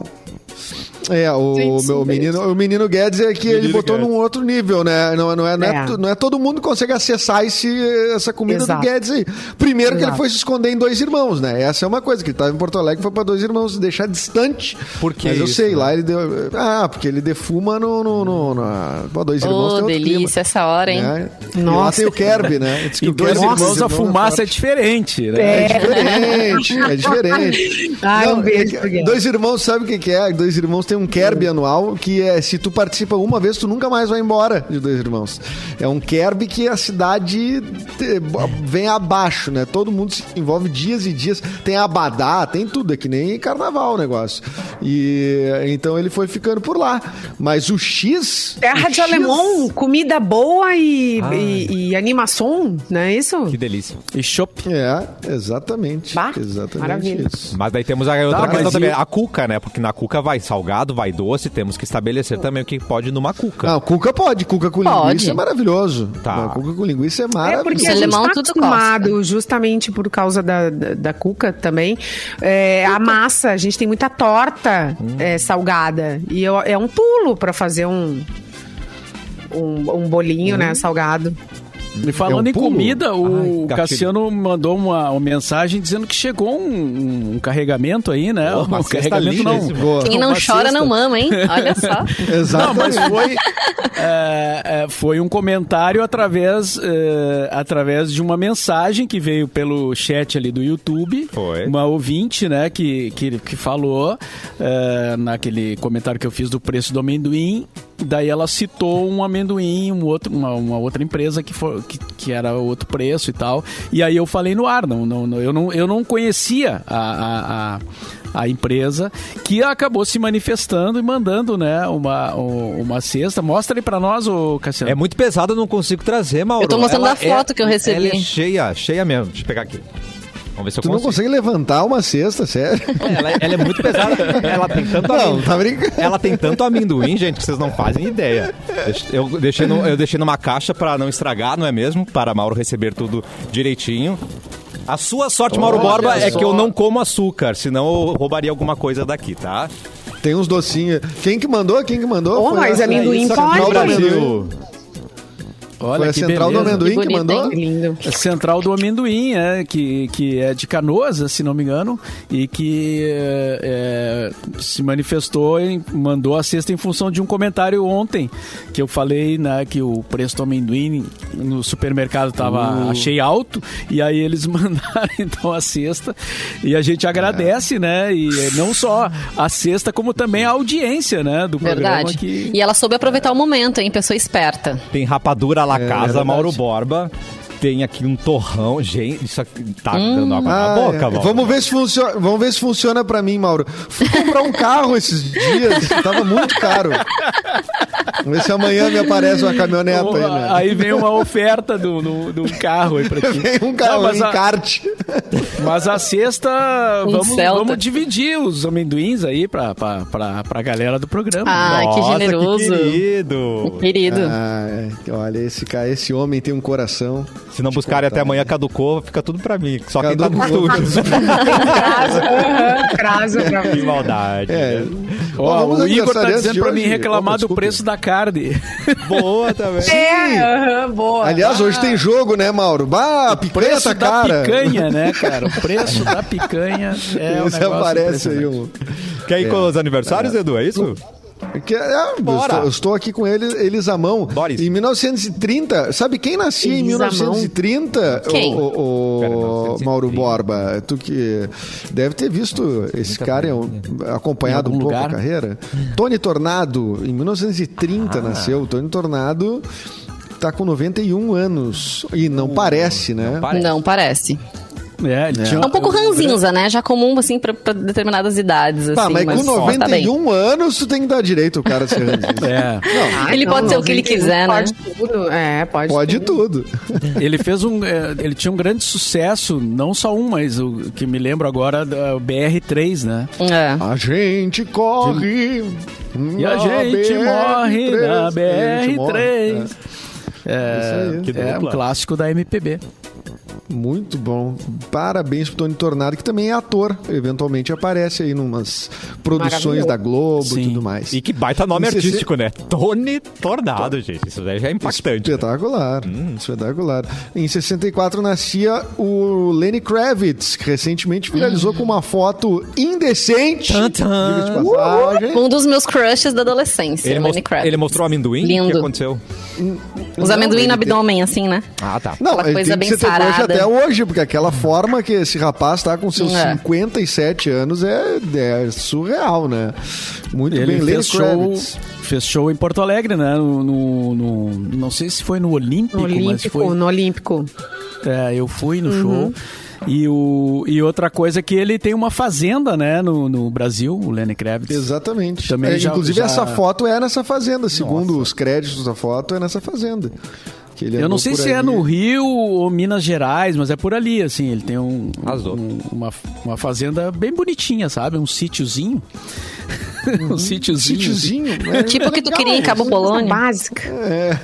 Speaker 5: é, o
Speaker 4: Gente,
Speaker 5: meu
Speaker 4: isso
Speaker 5: menino, o menino Guedes é que ele
Speaker 1: Menino
Speaker 5: botou
Speaker 1: Guedes.
Speaker 5: num outro nível, né? Não, não, é, não, é,
Speaker 4: É.
Speaker 5: tu- não é todo mundo que consegue acessar esse, essa comida
Speaker 4: Exato.
Speaker 5: do Guedes aí. Primeiro que ele
Speaker 4: Exato.
Speaker 5: foi se esconder em dois irmãos, né? Essa é uma coisa, que ele tava em Porto Alegre foi pra dois irmãos, deixar distante.
Speaker 1: Por que
Speaker 5: Mas eu
Speaker 1: isso,
Speaker 5: sei,
Speaker 1: né?
Speaker 5: lá ele deu. Ah, porque ele defuma no. no, no, na- Pô, dois irmãos.
Speaker 2: Ô,
Speaker 5: tem um outro
Speaker 2: delícia
Speaker 5: clima,
Speaker 2: essa hora, hein?
Speaker 5: né? E Lá
Speaker 4: Nossa.
Speaker 5: tem o Kerb, né? Diz que
Speaker 3: Em
Speaker 5: o
Speaker 3: dois
Speaker 5: Kerb-
Speaker 3: irmãos a
Speaker 5: Irmão é
Speaker 3: fumaça
Speaker 5: forte.
Speaker 3: é diferente, né?
Speaker 5: É diferente, é diferente.
Speaker 4: Ai, um beijo
Speaker 5: é que-
Speaker 4: pro Guedes.
Speaker 5: Dois irmãos, sabe o que, que é? Dois irmãos tem um
Speaker 4: Hum.
Speaker 5: Kerb anual que é se tu participa uma vez, tu nunca mais vai embora de dois irmãos. É um Kerb que a cidade te- bo- vem abaixo, né? Todo mundo se envolve dias e dias. Tem abadá, tem tudo, é que nem carnaval o negócio. E então ele foi ficando por lá. Mas o X.
Speaker 4: Terra
Speaker 5: o
Speaker 4: de
Speaker 5: X-
Speaker 4: alemão, comida boa e,
Speaker 1: Ai.
Speaker 4: e, e animação, não é isso?
Speaker 1: Que delícia.
Speaker 3: E chopp.
Speaker 5: É, exatamente.
Speaker 4: Bah,
Speaker 5: exatamente
Speaker 4: maravilha.
Speaker 5: isso.
Speaker 1: Mas daí temos a outra
Speaker 3: Tá,
Speaker 1: questão
Speaker 3: mas
Speaker 1: também,
Speaker 3: e-
Speaker 1: a cuca, né? Porque na cuca vai salgado, vai doce, temos que estabelecer também o que pode numa cuca.
Speaker 5: Não, cuca pode. Cuca com
Speaker 2: Pode.
Speaker 5: linguiça é maravilhoso.
Speaker 1: Tá.
Speaker 5: Não, cuca com linguiça é
Speaker 4: É
Speaker 5: maravilhoso.
Speaker 4: porque
Speaker 2: Os
Speaker 4: a gente
Speaker 2: alemão
Speaker 4: tá
Speaker 2: tudo
Speaker 4: acostumado, justamente por causa da, da, da cuca também, é, a massa, a gente tem muita torta é, salgada. E eu- é um pulo pra fazer um, um, um bolinho,
Speaker 2: Uhum.
Speaker 4: né, salgado.
Speaker 3: E falando
Speaker 5: É um
Speaker 3: em
Speaker 5: pulo?
Speaker 3: comida, o
Speaker 1: Ai, gatilho.
Speaker 3: Cassiano mandou uma, uma mensagem dizendo que chegou um, um carregamento aí, né?
Speaker 1: Pô, uma
Speaker 3: um
Speaker 5: tá
Speaker 1: cesta
Speaker 3: carregamento
Speaker 1: linda esse
Speaker 3: não.
Speaker 5: Boa.
Speaker 2: Quem não
Speaker 3: Uma
Speaker 2: chora
Speaker 3: cesta.
Speaker 2: não mama, hein? Olha só.
Speaker 3: Não, mas
Speaker 5: Exatamente.
Speaker 3: foi, é, é, foi um comentário através, é, através de uma mensagem que veio pelo chat ali do YouTube.
Speaker 1: Foi.
Speaker 3: Uma ouvinte, né, que, que, que falou é, naquele comentário que eu fiz do preço do amendoim. Daí ela citou um amendoim, um outro, uma, uma outra empresa que, for, que, que era outro preço e tal. E aí eu falei no ar, não, não, não- eu, não eu não conhecia a- a- a, a empresa que acabou se manifestando e mandando, né, uma, um- uma cesta. Mostra aí pra nós, ô Cassiano.
Speaker 1: É muito pesado, eu não consigo trazer, Mauro.
Speaker 2: Eu tô mostrando
Speaker 1: Ela
Speaker 2: a foto
Speaker 1: é-
Speaker 2: que eu recebi.
Speaker 1: Ela é cheia, cheia mesmo. Deixa eu pegar aqui. Vamos ver se eu
Speaker 5: Tu não
Speaker 3: assim?
Speaker 1: consigo.
Speaker 5: consegue levantar uma cesta, sério?
Speaker 1: Ela, ela é muito pesada. Ela tem tanto
Speaker 5: Não,
Speaker 1: amendoim.
Speaker 5: tá brincando.
Speaker 1: Ela tem tanto amendoim, gente, que vocês não fazem ideia. Deixa- Eu deixei, no- eu deixei numa caixa pra não estragar, não é mesmo? Para Mauro receber tudo direitinho. A sua sorte, Mauro
Speaker 5: Olha
Speaker 1: Borba, é
Speaker 5: só.
Speaker 1: que eu não como açúcar, senão eu roubaria alguma coisa daqui, tá?
Speaker 5: Tem uns docinhos. Quem que mandou? Quem que mandou?
Speaker 4: Ô,
Speaker 5: Foi
Speaker 4: mas
Speaker 5: a-
Speaker 4: amendoim
Speaker 5: Central
Speaker 4: pode.
Speaker 5: do Brasil.
Speaker 1: Brasil.
Speaker 5: Foi
Speaker 3: Olha
Speaker 5: a
Speaker 3: que
Speaker 5: Central do
Speaker 3: beleza.
Speaker 5: Amendoim que,
Speaker 2: Que bonito,
Speaker 5: mandou?
Speaker 4: Que lindo.
Speaker 3: É Central do Amendoim, é, que, que é de Canoas, se não me engano, e que é, é, se manifestou e mandou a cesta em função de um comentário ontem, que eu falei né, que o preço do amendoim no supermercado
Speaker 5: Uh.
Speaker 3: estava achei alto, e aí eles mandaram então a cesta, e a gente agradece, né, e é, não só a cesta, como também a audiência, né, do programa
Speaker 2: Verdade.
Speaker 3: que...
Speaker 2: E ela soube aproveitar o momento, hein? Pessoa esperta.
Speaker 1: Tem rapadura La Casa,
Speaker 5: É verdade.
Speaker 1: Mauro Borba. Tem aqui um torrão. Gente, isso aqui tá
Speaker 2: Hum.
Speaker 1: dando água
Speaker 5: Ah,
Speaker 1: na boca,
Speaker 5: é.
Speaker 1: Mauro.
Speaker 5: Vamos ver se funciona. Vamos ver se funciona pra mim, Mauro. Fui comprar um carro esses dias, tava muito caro. Vamos ver se amanhã me aparece uma caminhoneta aí, né?
Speaker 3: Aí vem uma oferta do, do, do carro aí pra ti.
Speaker 5: Vem um
Speaker 3: Não,
Speaker 5: carro,
Speaker 3: mas
Speaker 5: um
Speaker 3: a-
Speaker 5: encarte.
Speaker 3: Mas a sexta,
Speaker 2: Um
Speaker 3: vamos,
Speaker 2: Celta.
Speaker 3: vamos dividir os amendoins aí pra, pra, pra, pra galera do programa.
Speaker 2: Ah, que
Speaker 1: Nossa,
Speaker 2: generoso.
Speaker 1: querido.
Speaker 2: Querido.
Speaker 5: Ah, é. olha, esse, cara, esse homem tem um coração.
Speaker 1: Se não buscarem até amanhã, caducou, fica tudo pra mim. Só quem tá no
Speaker 5: Caducou.
Speaker 1: estúdio.
Speaker 4: Crasa, aham, crasa pra
Speaker 1: que maldade.
Speaker 5: É.
Speaker 1: né?
Speaker 3: Ó,
Speaker 5: Bom, vamos
Speaker 3: o
Speaker 5: às
Speaker 3: Igor tá
Speaker 5: aniversariantes
Speaker 3: dizendo
Speaker 5: de
Speaker 3: pra
Speaker 5: hoje.
Speaker 3: mim reclamar
Speaker 5: Opa,
Speaker 3: do
Speaker 5: desculpa.
Speaker 3: preço da carne.
Speaker 1: Boa também.
Speaker 4: É, aham, boa.
Speaker 5: Aliás, hoje tem jogo, né, Mauro? Bah, picanha
Speaker 3: preço
Speaker 5: essa
Speaker 3: da
Speaker 5: cara.
Speaker 3: picanha, né, cara? O preço da picanha é um
Speaker 5: Esse
Speaker 3: negócio
Speaker 5: aparece aí
Speaker 3: impressionante.
Speaker 5: um.
Speaker 1: Quer ir com os aniversários, Edu? É isso?
Speaker 5: Que- ah, eu,
Speaker 1: Bora.
Speaker 5: estou, eu estou aqui com eles, eles à mão.
Speaker 1: Boris.
Speaker 5: Em 1930, sabe quem nascia em
Speaker 4: Eles à mão?
Speaker 5: 1930?
Speaker 2: Quem?
Speaker 5: O, o- o
Speaker 1: Pera, 1930.
Speaker 5: Mauro Borba, É tu que deve ter visto esse cara é um- acompanhado
Speaker 3: né? Em
Speaker 5: um
Speaker 3: algum
Speaker 5: pouco
Speaker 3: lugar?
Speaker 5: a carreira. Tony Tornado, em 1930
Speaker 3: Ah.
Speaker 5: nasceu. Tony Tornado
Speaker 3: Uh,
Speaker 5: tá com 91 anos e não parece, né?
Speaker 1: parece.
Speaker 2: Não parece.
Speaker 3: É, ele tinha
Speaker 2: É um pouco
Speaker 1: Uhum.
Speaker 2: ranzinza, né? Já comum, assim, pra, pra determinadas idades.
Speaker 5: Tá,
Speaker 2: assim,
Speaker 5: mas, com
Speaker 2: ó, tá bem.
Speaker 5: 91 anos, tu tem que dar direito o cara de ser ranzinza.
Speaker 3: É.
Speaker 5: né? Não, um
Speaker 2: Ele pode ser o que ele quiser, né?
Speaker 4: Pode tudo. É, pode.
Speaker 5: pode tudo.
Speaker 3: Ele fez um. eh, Ele tinha um grande sucesso, não só um, mas o que me lembro agora da- o BR3, né?
Speaker 2: É.
Speaker 5: A gente corre.
Speaker 3: E a
Speaker 5: na
Speaker 3: gente
Speaker 5: BR3.
Speaker 3: morre na
Speaker 5: A gente morre,
Speaker 3: BR3. É,
Speaker 5: Isso aí.
Speaker 3: é um clássico da MPB.
Speaker 5: é. Muito bom. Parabéns pro Tony Tornado, que também é ator. Eventualmente aparece aí numas produções
Speaker 4: Maravilhoso.
Speaker 5: da Globo e
Speaker 3: Sim.
Speaker 5: tudo mais.
Speaker 1: E que baita nome
Speaker 5: Isso,
Speaker 1: artístico, né? Tony Tornado, gente. Isso daí já é impactante. né?
Speaker 5: Espetacular,
Speaker 3: Hum.
Speaker 5: espetacular. Em 64 nascia o Lenny Kravitz, que recentemente viralizou com uma foto indecente.
Speaker 1: Tan, tan.
Speaker 5: diga de passagem.
Speaker 2: Um dos meus crushes da adolescência,
Speaker 1: Ele,
Speaker 2: Lenny
Speaker 1: most...
Speaker 2: Kravitz.
Speaker 1: ele mostrou amendoim? O que
Speaker 2: Lindo.
Speaker 1: aconteceu?
Speaker 2: Os
Speaker 5: Não,
Speaker 2: amendoim no
Speaker 5: ele tem-
Speaker 2: abdômen, assim, né?
Speaker 1: Ah, tá.
Speaker 5: Não,
Speaker 2: Aquela
Speaker 5: ele
Speaker 2: coisa
Speaker 5: tem que
Speaker 2: bem
Speaker 5: ser teu crush
Speaker 2: sarada.
Speaker 5: até hoje, porque aquela forma que esse rapaz tá com seus
Speaker 2: É.
Speaker 5: 57 anos é, é surreal, né? Muito
Speaker 3: Ele
Speaker 5: bem, Lenny
Speaker 3: fez show,
Speaker 5: Kravitz.
Speaker 3: fez show em Porto Alegre, né? No, no- no- não sei se foi no Olímpico,
Speaker 4: No
Speaker 3: mas foi.
Speaker 4: Olímpico, no Olímpico.
Speaker 3: É, eu fui no show. E, o, e outra coisa é que ele tem uma fazenda, né, no, no Brasil, o Lenny Kravitz.
Speaker 5: Exatamente.
Speaker 3: Também
Speaker 5: É,
Speaker 3: já-
Speaker 5: inclusive,
Speaker 3: já-
Speaker 5: essa foto é nessa fazenda. Segundo os créditos da foto, é nessa fazenda. Que ele
Speaker 3: Eu
Speaker 5: andou
Speaker 3: não sei
Speaker 5: por
Speaker 3: se é
Speaker 5: ali. Um
Speaker 3: no Rio ou Minas Gerais, mas é por ali, assim. Ele tem um,
Speaker 1: Arrasou.
Speaker 3: um- uma, uma fazenda bem bonitinha, sabe? Um sítiozinho. um sítiozinho.
Speaker 5: Uhum. sítiozinho. né?
Speaker 2: Tipo o que tu
Speaker 5: Legal.
Speaker 2: queria em Cabo
Speaker 4: Coisa
Speaker 2: Polônia.
Speaker 4: Básica.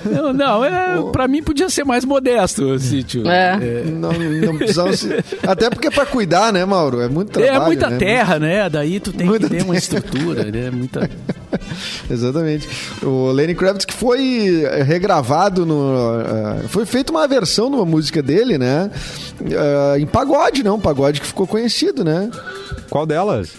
Speaker 3: Não, não é, pra mim podia ser mais modesto o sítio.
Speaker 2: É.
Speaker 5: Não, não precisava se- Até porque é pra cuidar, né, Mauro? É muito
Speaker 3: É,
Speaker 5: trabalho.
Speaker 3: muita
Speaker 5: né?
Speaker 3: terra, né? Daí tu tem
Speaker 5: Muita
Speaker 3: que ter uma
Speaker 5: terra.
Speaker 3: estrutura, né? Muita...
Speaker 5: Exatamente. O Lenny Kravitz que foi eh, regravado no. eh, foi feita uma versão de uma música dele, né? Eh, em pagode, né? Um pagode que ficou conhecido, né?
Speaker 1: Qual delas?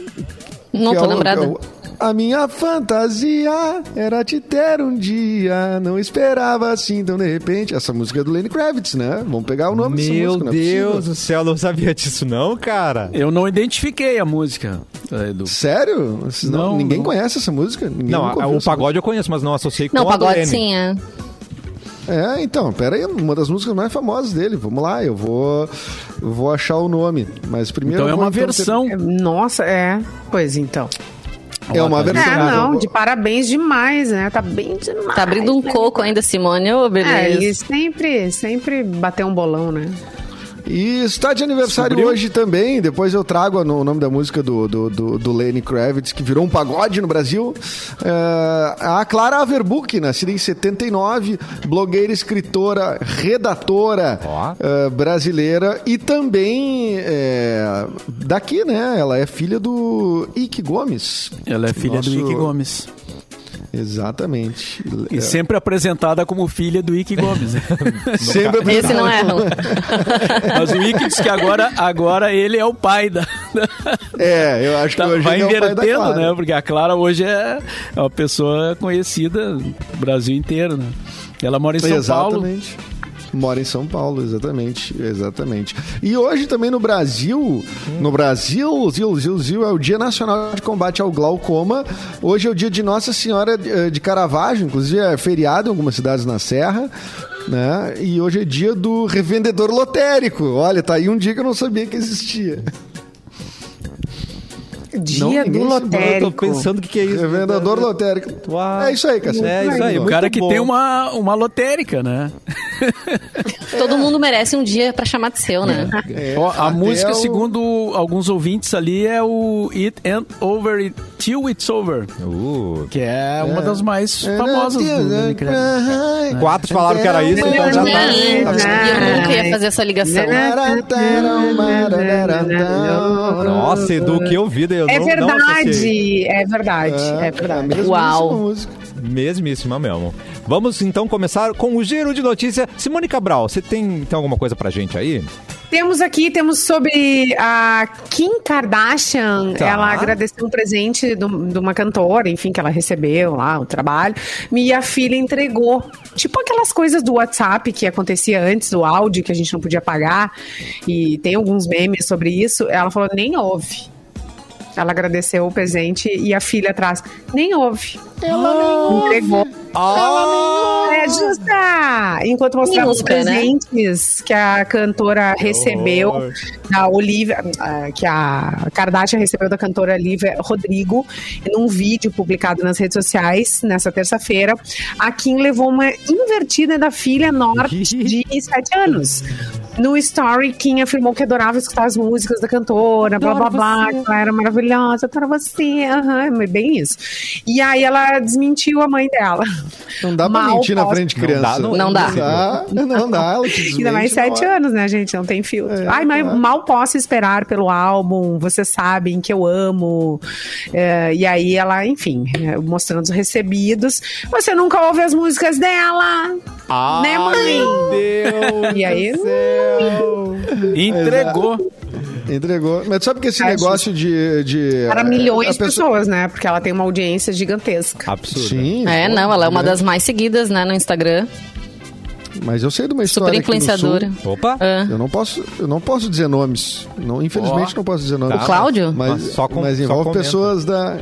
Speaker 2: Não
Speaker 5: Que
Speaker 2: tô
Speaker 5: é o-
Speaker 2: lembrada.
Speaker 5: que é o- a minha fantasia era te ter um dia, não esperava assim, então de repente. Essa música é do Lenny Kravitz, né? Vamos pegar o nome dessa
Speaker 1: Meu
Speaker 5: música, não é
Speaker 1: Deus
Speaker 5: possível.
Speaker 1: do céu, eu não sabia disso não, cara.
Speaker 3: Eu não identifiquei a música, eh, Edu.
Speaker 5: Sério? Vocês Não,
Speaker 3: Não,
Speaker 5: ninguém
Speaker 3: não.
Speaker 5: conhece essa música? Ninguém
Speaker 1: Não,
Speaker 5: nunca
Speaker 1: a-
Speaker 5: ouviu
Speaker 1: o
Speaker 5: essa
Speaker 1: pagode eu conheço, mas não associei com
Speaker 2: Não,
Speaker 1: a do
Speaker 2: pagode
Speaker 1: Lenny.
Speaker 2: sim, é.
Speaker 5: É, então, pera aí, uma das músicas mais famosas dele. Vamos lá, eu vou, vou achar o nome. Mas primeiro.
Speaker 3: Então é
Speaker 5: eu vou,
Speaker 3: uma versão.
Speaker 4: É, Nossa, é. Pois então.
Speaker 5: ter- É uma
Speaker 3: É,
Speaker 5: versão.
Speaker 4: É,
Speaker 5: mas eu
Speaker 4: não,
Speaker 5: vou-
Speaker 4: de parabéns demais, né? Tá bem demais.
Speaker 5: Ah,
Speaker 4: Né?
Speaker 2: Tá abrindo
Speaker 5: é
Speaker 2: um coco né? ainda, Simone. Ô,
Speaker 4: É,
Speaker 2: beleza.
Speaker 4: e sempre, sempre bater um bolão, né?
Speaker 5: E está de aniversário
Speaker 3: Descobriu?
Speaker 5: hoje também. Depois eu trago no- o nome da música do, do, do, do Lenny Kravitz, que virou um pagode no Brasil. É, a Clara Averbuck, nascida em 79, blogueira, escritora, redatora
Speaker 1: Ó.
Speaker 5: é, brasileira e também é, daqui, né? Ela é filha do Ike Gomes.
Speaker 3: Ela é filha do
Speaker 5: Nosso-
Speaker 3: Ike Gomes.
Speaker 5: Exatamente.
Speaker 3: E
Speaker 5: É.
Speaker 3: sempre apresentada como filha do Ike Gomes. né?
Speaker 5: Sempre a
Speaker 2: Esse não é erram.
Speaker 3: Mas o Ike diz que agora, agora ele é o pai da.
Speaker 5: É, eu acho
Speaker 3: Tá,
Speaker 5: que hoje
Speaker 3: vai
Speaker 5: ele é o pai da
Speaker 3: invertendo,
Speaker 5: Clara.
Speaker 3: né? Porque a Clara hoje é é uma pessoa conhecida no Brasil inteiro, né? Ela mora em São Paulo.
Speaker 5: exatamente. Mora em São Paulo, exatamente, exatamente. E hoje também no
Speaker 3: Hum.
Speaker 5: Brasil, no Brasil, Zil, Zil, Zil, é o Dia Nacional de Combate ao Glaucoma. Hoje é o dia de Nossa Senhora eh, de Caravaggio, inclusive é feriado em algumas cidades na Serra, né? E hoje é dia do revendedor lotérico. Olha, tá aí um dia que eu não sabia que existia.
Speaker 4: Dia
Speaker 5: ninguém
Speaker 4: do
Speaker 1: Eu
Speaker 5: se
Speaker 1: tô
Speaker 4: lotérico.
Speaker 1: pensando o que, que é isso.
Speaker 5: Revendedor lotérico.
Speaker 1: Uau.
Speaker 5: É isso aí, Cassio.
Speaker 1: É isso aí,
Speaker 3: O
Speaker 1: Muito
Speaker 3: cara que
Speaker 1: bom.
Speaker 3: tem uma, uma lotérica, né?
Speaker 2: Todo mundo merece um dia pra chamar de seu, né?
Speaker 5: É,
Speaker 3: Ó, a
Speaker 5: até
Speaker 3: música,
Speaker 5: o-
Speaker 3: segundo alguns ouvintes ali, é o It and Over It Till It's Over,
Speaker 1: Uh,
Speaker 3: que é, uma das mais
Speaker 5: né?
Speaker 3: famosas
Speaker 5: É,
Speaker 3: do Lenny Kravitz.
Speaker 1: quatro falaram que era isso, então já tá.
Speaker 2: Gente, eu nunca
Speaker 5: né?
Speaker 2: ia fazer essa ligação.
Speaker 1: Nossa, Edu, que eu vi, daí eu
Speaker 4: É
Speaker 1: não, não associei.
Speaker 4: verdade, é verdade, é verdade.
Speaker 2: Uau.
Speaker 1: Mesmíssima mesmo. Vamos então começar com o giro de notícia. Simone Cabral, você tem, tem alguma coisa pra gente aí?
Speaker 4: Temos aqui, temos sobre a Kim Kardashian.
Speaker 1: Tá.
Speaker 4: Ela agradeceu um presente do- de uma cantora, enfim, que ela recebeu lá, o trabalho. E a filha entregou. Tipo aquelas coisas do WhatsApp que acontecia antes, do áudio que a gente não podia pagar. E tem alguns memes sobre isso. Ela falou, nem ouve. Ela agradeceu o presente e a filha atrás. Nem ouve.
Speaker 5: Ela nem ouve.
Speaker 4: Entregou.
Speaker 1: Ah,
Speaker 4: É justa! Enquanto mostrava os
Speaker 2: Minúscula, né?
Speaker 4: presentes que a cantora recebeu da Olivia, ah, que a Kardashian recebeu da cantora Olivia Rodrigo, num vídeo publicado nas redes sociais nessa terça-feira, a Kim levou uma invertida da filha norte de 7 anos. No story, Kim afirmou que adorava escutar as músicas da cantora, blá blá blá, que ela era maravilhosa, adoro você, aham, é bem isso. E aí ela desmentiu a mãe dela.
Speaker 5: Não dá pra
Speaker 4: Mal
Speaker 5: mentir na
Speaker 4: posso.
Speaker 5: frente de
Speaker 1: Não dá,
Speaker 5: criança.
Speaker 1: não-
Speaker 2: Não dá.
Speaker 5: Não dá, não dá, ela te
Speaker 4: Ainda mais
Speaker 5: desmente na
Speaker 4: sete
Speaker 5: hora.
Speaker 4: anos, né, gente? Não tem filtro.
Speaker 5: É,
Speaker 4: Ai, mas
Speaker 1: tá.
Speaker 5: claro.
Speaker 4: mal posso esperar pelo álbum. Vocês sabem que eu amo. É, e aí ela, enfim, é, mostrando os recebidos. Você nunca ouve as músicas dela.
Speaker 1: ah,
Speaker 4: Né, mãe?
Speaker 1: Meu Deus.
Speaker 4: E aí,
Speaker 1: do céu.
Speaker 3: Entregou.
Speaker 5: Entregou. Mas sabe que esse
Speaker 4: Acho-
Speaker 5: negócio de, de.
Speaker 4: Para
Speaker 5: a-
Speaker 4: milhões
Speaker 5: a
Speaker 4: de pessoas, né? Porque ela tem uma audiência gigantesca.
Speaker 1: Absurdo.
Speaker 5: Sim.
Speaker 2: É,
Speaker 5: pô,
Speaker 2: não, ela é uma
Speaker 5: né?
Speaker 2: das mais seguidas, né, no Instagram.
Speaker 5: Mas eu sei de uma história.
Speaker 2: Super
Speaker 5: aqui no
Speaker 2: influenciadora.
Speaker 1: Opa.
Speaker 2: Ah.
Speaker 5: Sul. Eu não posso, eu não posso dizer nomes. Não, infelizmente
Speaker 3: Ó.
Speaker 5: não posso dizer nomes.
Speaker 1: Tá. O
Speaker 2: Cláudio?
Speaker 5: Mas,
Speaker 1: Mas só com-
Speaker 5: mas
Speaker 1: só
Speaker 5: envolve
Speaker 1: comenta.
Speaker 5: pessoas da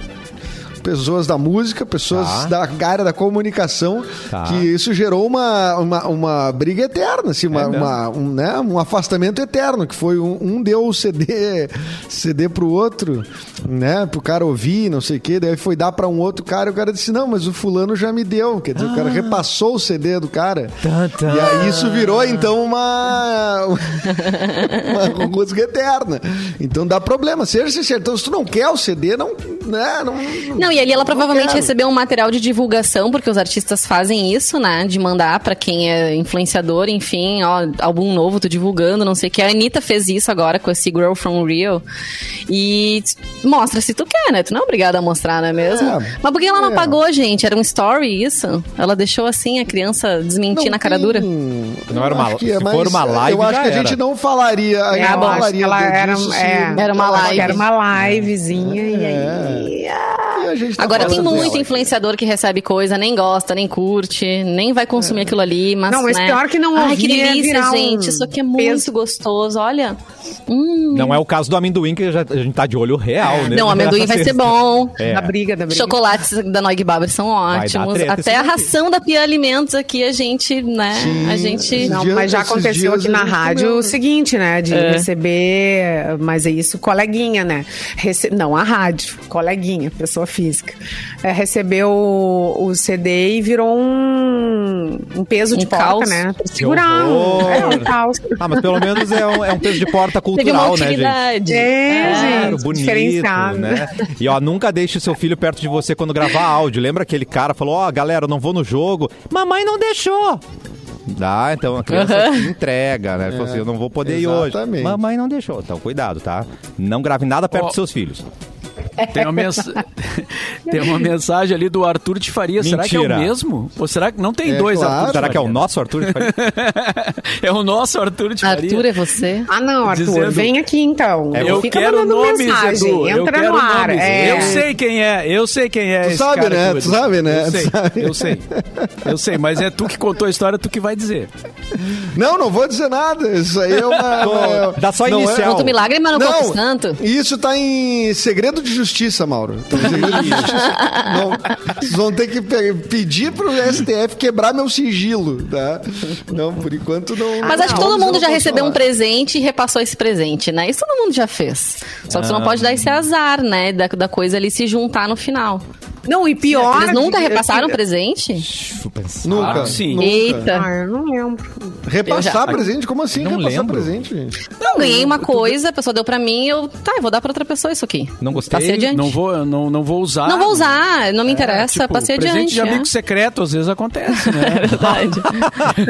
Speaker 5: pessoas da música, pessoas
Speaker 1: Tá.
Speaker 5: da área da comunicação,
Speaker 1: Tá.
Speaker 5: que isso gerou uma, uma, uma briga eterna, assim,
Speaker 1: É
Speaker 5: uma, uma- um, né, um afastamento eterno, que foi um, um deu o CD, CD pro outro, né, pro cara ouvir, não sei o quê, daí foi dar pra um outro cara e o cara disse, não, mas o fulano já me deu, quer dizer, o cara repassou o CD do cara.
Speaker 1: Ah. Tan, tan.
Speaker 5: E aí isso virou, então, uma... uma música eterna. Então ddá problema, seja sincero. Então, se tu não quer o CD, não... Né, não,
Speaker 2: Não, e ali ela provavelmente
Speaker 5: quero.
Speaker 2: recebeu um material de divulgação, porque os artistas fazem isso, né? De mandar pra quem é influenciador, enfim, ó, álbum novo, tô divulgando, não sei o que. A Anitta fez isso agora com esse Girl From Rio. E mostra se tu quer, né? Tu não é obrigada a mostrar, não é mesmo?
Speaker 5: É.
Speaker 2: Mas por que ela não
Speaker 5: É.
Speaker 2: pagou, gente? Era um story isso? Ela deixou assim a criança desmentir
Speaker 5: não
Speaker 2: na cara
Speaker 5: tem-
Speaker 2: dura?
Speaker 1: Não era
Speaker 5: eu
Speaker 1: uma-
Speaker 5: acho que é
Speaker 1: se
Speaker 5: mais-
Speaker 1: for uma live,
Speaker 5: Eu acho
Speaker 1: já
Speaker 5: que a
Speaker 1: era.
Speaker 5: gente não falaria.
Speaker 4: É,
Speaker 5: a gente
Speaker 4: eu
Speaker 5: não
Speaker 4: acho
Speaker 5: falaria
Speaker 4: que ela era,
Speaker 5: disso se-
Speaker 4: é,
Speaker 2: Era uma live.
Speaker 4: Era uma livezinha
Speaker 1: É.
Speaker 4: e aí... ah,
Speaker 5: E a gente tá
Speaker 2: Agora tem
Speaker 5: falando
Speaker 2: muito
Speaker 5: dela.
Speaker 2: influenciador que recebe coisa, nem gosta, nem curte, nem vai consumir aquilo ali, mas.
Speaker 4: É. Não, mas
Speaker 2: né?
Speaker 4: pior que não
Speaker 2: Ai, que
Speaker 4: ouvir é
Speaker 2: delícia,
Speaker 4: virar um
Speaker 2: gente. Isso aqui é muito
Speaker 4: peso.
Speaker 2: gostoso. Olha. Hum.
Speaker 1: Não é o caso do amendoim, que já- a gente tá de olho real, né?
Speaker 2: Não, amendoim vai ser bom.
Speaker 1: É.
Speaker 4: Da briga, da briga.
Speaker 2: Chocolates da Noig Barber são
Speaker 1: dar
Speaker 2: ótimos.
Speaker 1: treta isso
Speaker 2: Até a
Speaker 1: daqui.
Speaker 2: ração da Pia Alimentos aqui, a gente, né?
Speaker 5: Sim.
Speaker 2: A gente.
Speaker 5: Esses
Speaker 4: Não,
Speaker 5: dias-
Speaker 4: mas já
Speaker 5: esses
Speaker 4: aconteceu
Speaker 5: dias
Speaker 4: aqui
Speaker 5: a
Speaker 4: na
Speaker 5: gente
Speaker 4: rádio
Speaker 5: comeu, né?
Speaker 4: o seguinte, né? De
Speaker 3: É.
Speaker 4: receber. Mas é isso, coleguinha, né? Rece- Não, a rádio, coleguinha, pessoa física. É, recebeu o, o CD e virou um, um peso
Speaker 2: Um
Speaker 4: de porta,
Speaker 2: caos.
Speaker 4: né? Pra segurar.
Speaker 1: horror.
Speaker 4: É um caos.
Speaker 1: Ah, mas pelo menos é um, é um peso de porta
Speaker 2: Teve uma
Speaker 1: cultural, né, gente?
Speaker 2: utilidade.
Speaker 4: É,
Speaker 1: Claro,
Speaker 4: gente,
Speaker 1: bonito,
Speaker 4: diferenciado.
Speaker 1: né? E ó, nunca deixe o seu filho perto de você quando gravar áudio. Lembra aquele cara falou, ó, galera, eu não vou no jogo. Mamãe não deixou. Dá, então a criança se entrega, né? Ele falou assim, eu não vou poder ir hoje.
Speaker 5: exatamente.
Speaker 1: Mamãe não deixou. Então, cuidado, tá? Não grave nada perto
Speaker 3: Ó.
Speaker 1: dos seus filhos.
Speaker 3: Tem uma, mens- tem uma mensagem ali do Arthur de Faria. Será que é
Speaker 1: Mentira.
Speaker 3: o mesmo? Ou será que Ah, não tem
Speaker 5: É
Speaker 3: dois
Speaker 5: claro.
Speaker 3: Arthur? de
Speaker 1: Será que é o
Speaker 3: Faria?
Speaker 1: nosso Arthur? que faz-
Speaker 3: É o nosso Arthur de Faria.
Speaker 2: Arthur, é você?
Speaker 4: Ah, não, Arthur,
Speaker 3: Dizendo-
Speaker 4: vem aqui então.
Speaker 1: É,
Speaker 4: Não
Speaker 3: Eu
Speaker 4: fica
Speaker 3: quero
Speaker 4: mandando
Speaker 3: nomes,
Speaker 4: mensagem.
Speaker 3: Edu. eu
Speaker 4: Entra
Speaker 3: quero
Speaker 4: no ar.
Speaker 3: nomes.
Speaker 4: é.
Speaker 3: Eu sei quem é, eu sei quem é.
Speaker 5: Tu
Speaker 3: esse
Speaker 5: sabe,
Speaker 3: cara
Speaker 5: né?
Speaker 3: aqui,
Speaker 5: Tu
Speaker 3: Edu.
Speaker 5: sabe, né?
Speaker 3: Eu
Speaker 5: Tu
Speaker 3: sei,
Speaker 5: sabe.
Speaker 3: eu sei. Eu sei, mas é tu que contou a história, tu que vai dizer.
Speaker 5: Não, não vou dizer nada. Isso aí é uma.
Speaker 1: Tô-
Speaker 5: uma-
Speaker 1: dá só
Speaker 5: não é-
Speaker 1: inicial.
Speaker 2: Conta o milagre, mas não,
Speaker 5: Não.
Speaker 2: conta o santo.
Speaker 5: Isso tá em segredo de justiça, Mauro. Tá em segredo de justiça. Não, vocês vão ter que pe- pedir pro STF quebrar meu sigilo, tá? Não, por enquanto não.
Speaker 2: Mas
Speaker 5: não,
Speaker 2: acho que todo
Speaker 5: nomes eu
Speaker 2: mundo
Speaker 5: Ah, não
Speaker 2: já
Speaker 5: posso
Speaker 2: recebeu um
Speaker 5: falar.
Speaker 2: presente e repassou esse presente, né? Isso todo mundo já fez. Só que
Speaker 5: Ah.
Speaker 2: você não pode dar esse azar, né? Da, da coisa ali se juntar no final.
Speaker 4: Não, e pior.
Speaker 2: Eles nunca
Speaker 4: eu-
Speaker 2: repassaram o presente?
Speaker 5: Nunca.
Speaker 3: Ah, sim.
Speaker 5: nunca.
Speaker 2: Eita.
Speaker 4: Ah, eu não lembro.
Speaker 5: Repassar presente? Como assim
Speaker 1: Não
Speaker 5: repassar
Speaker 1: lembro.
Speaker 5: presente, gente?
Speaker 2: Eu ganhei uma coisa, a pessoa deu pra mim, eu. Tá, eu vou dar pra outra pessoa isso aqui.
Speaker 1: Não gostei,
Speaker 2: Passei Tá adiante.
Speaker 3: Não vou, não, não vou usar.
Speaker 2: Não vou usar, não me interessa,
Speaker 3: É, tipo,
Speaker 2: passei
Speaker 3: presente
Speaker 2: adiante.
Speaker 3: de
Speaker 2: é.
Speaker 3: amigo secreto, às vezes acontece, né?
Speaker 2: Verdade.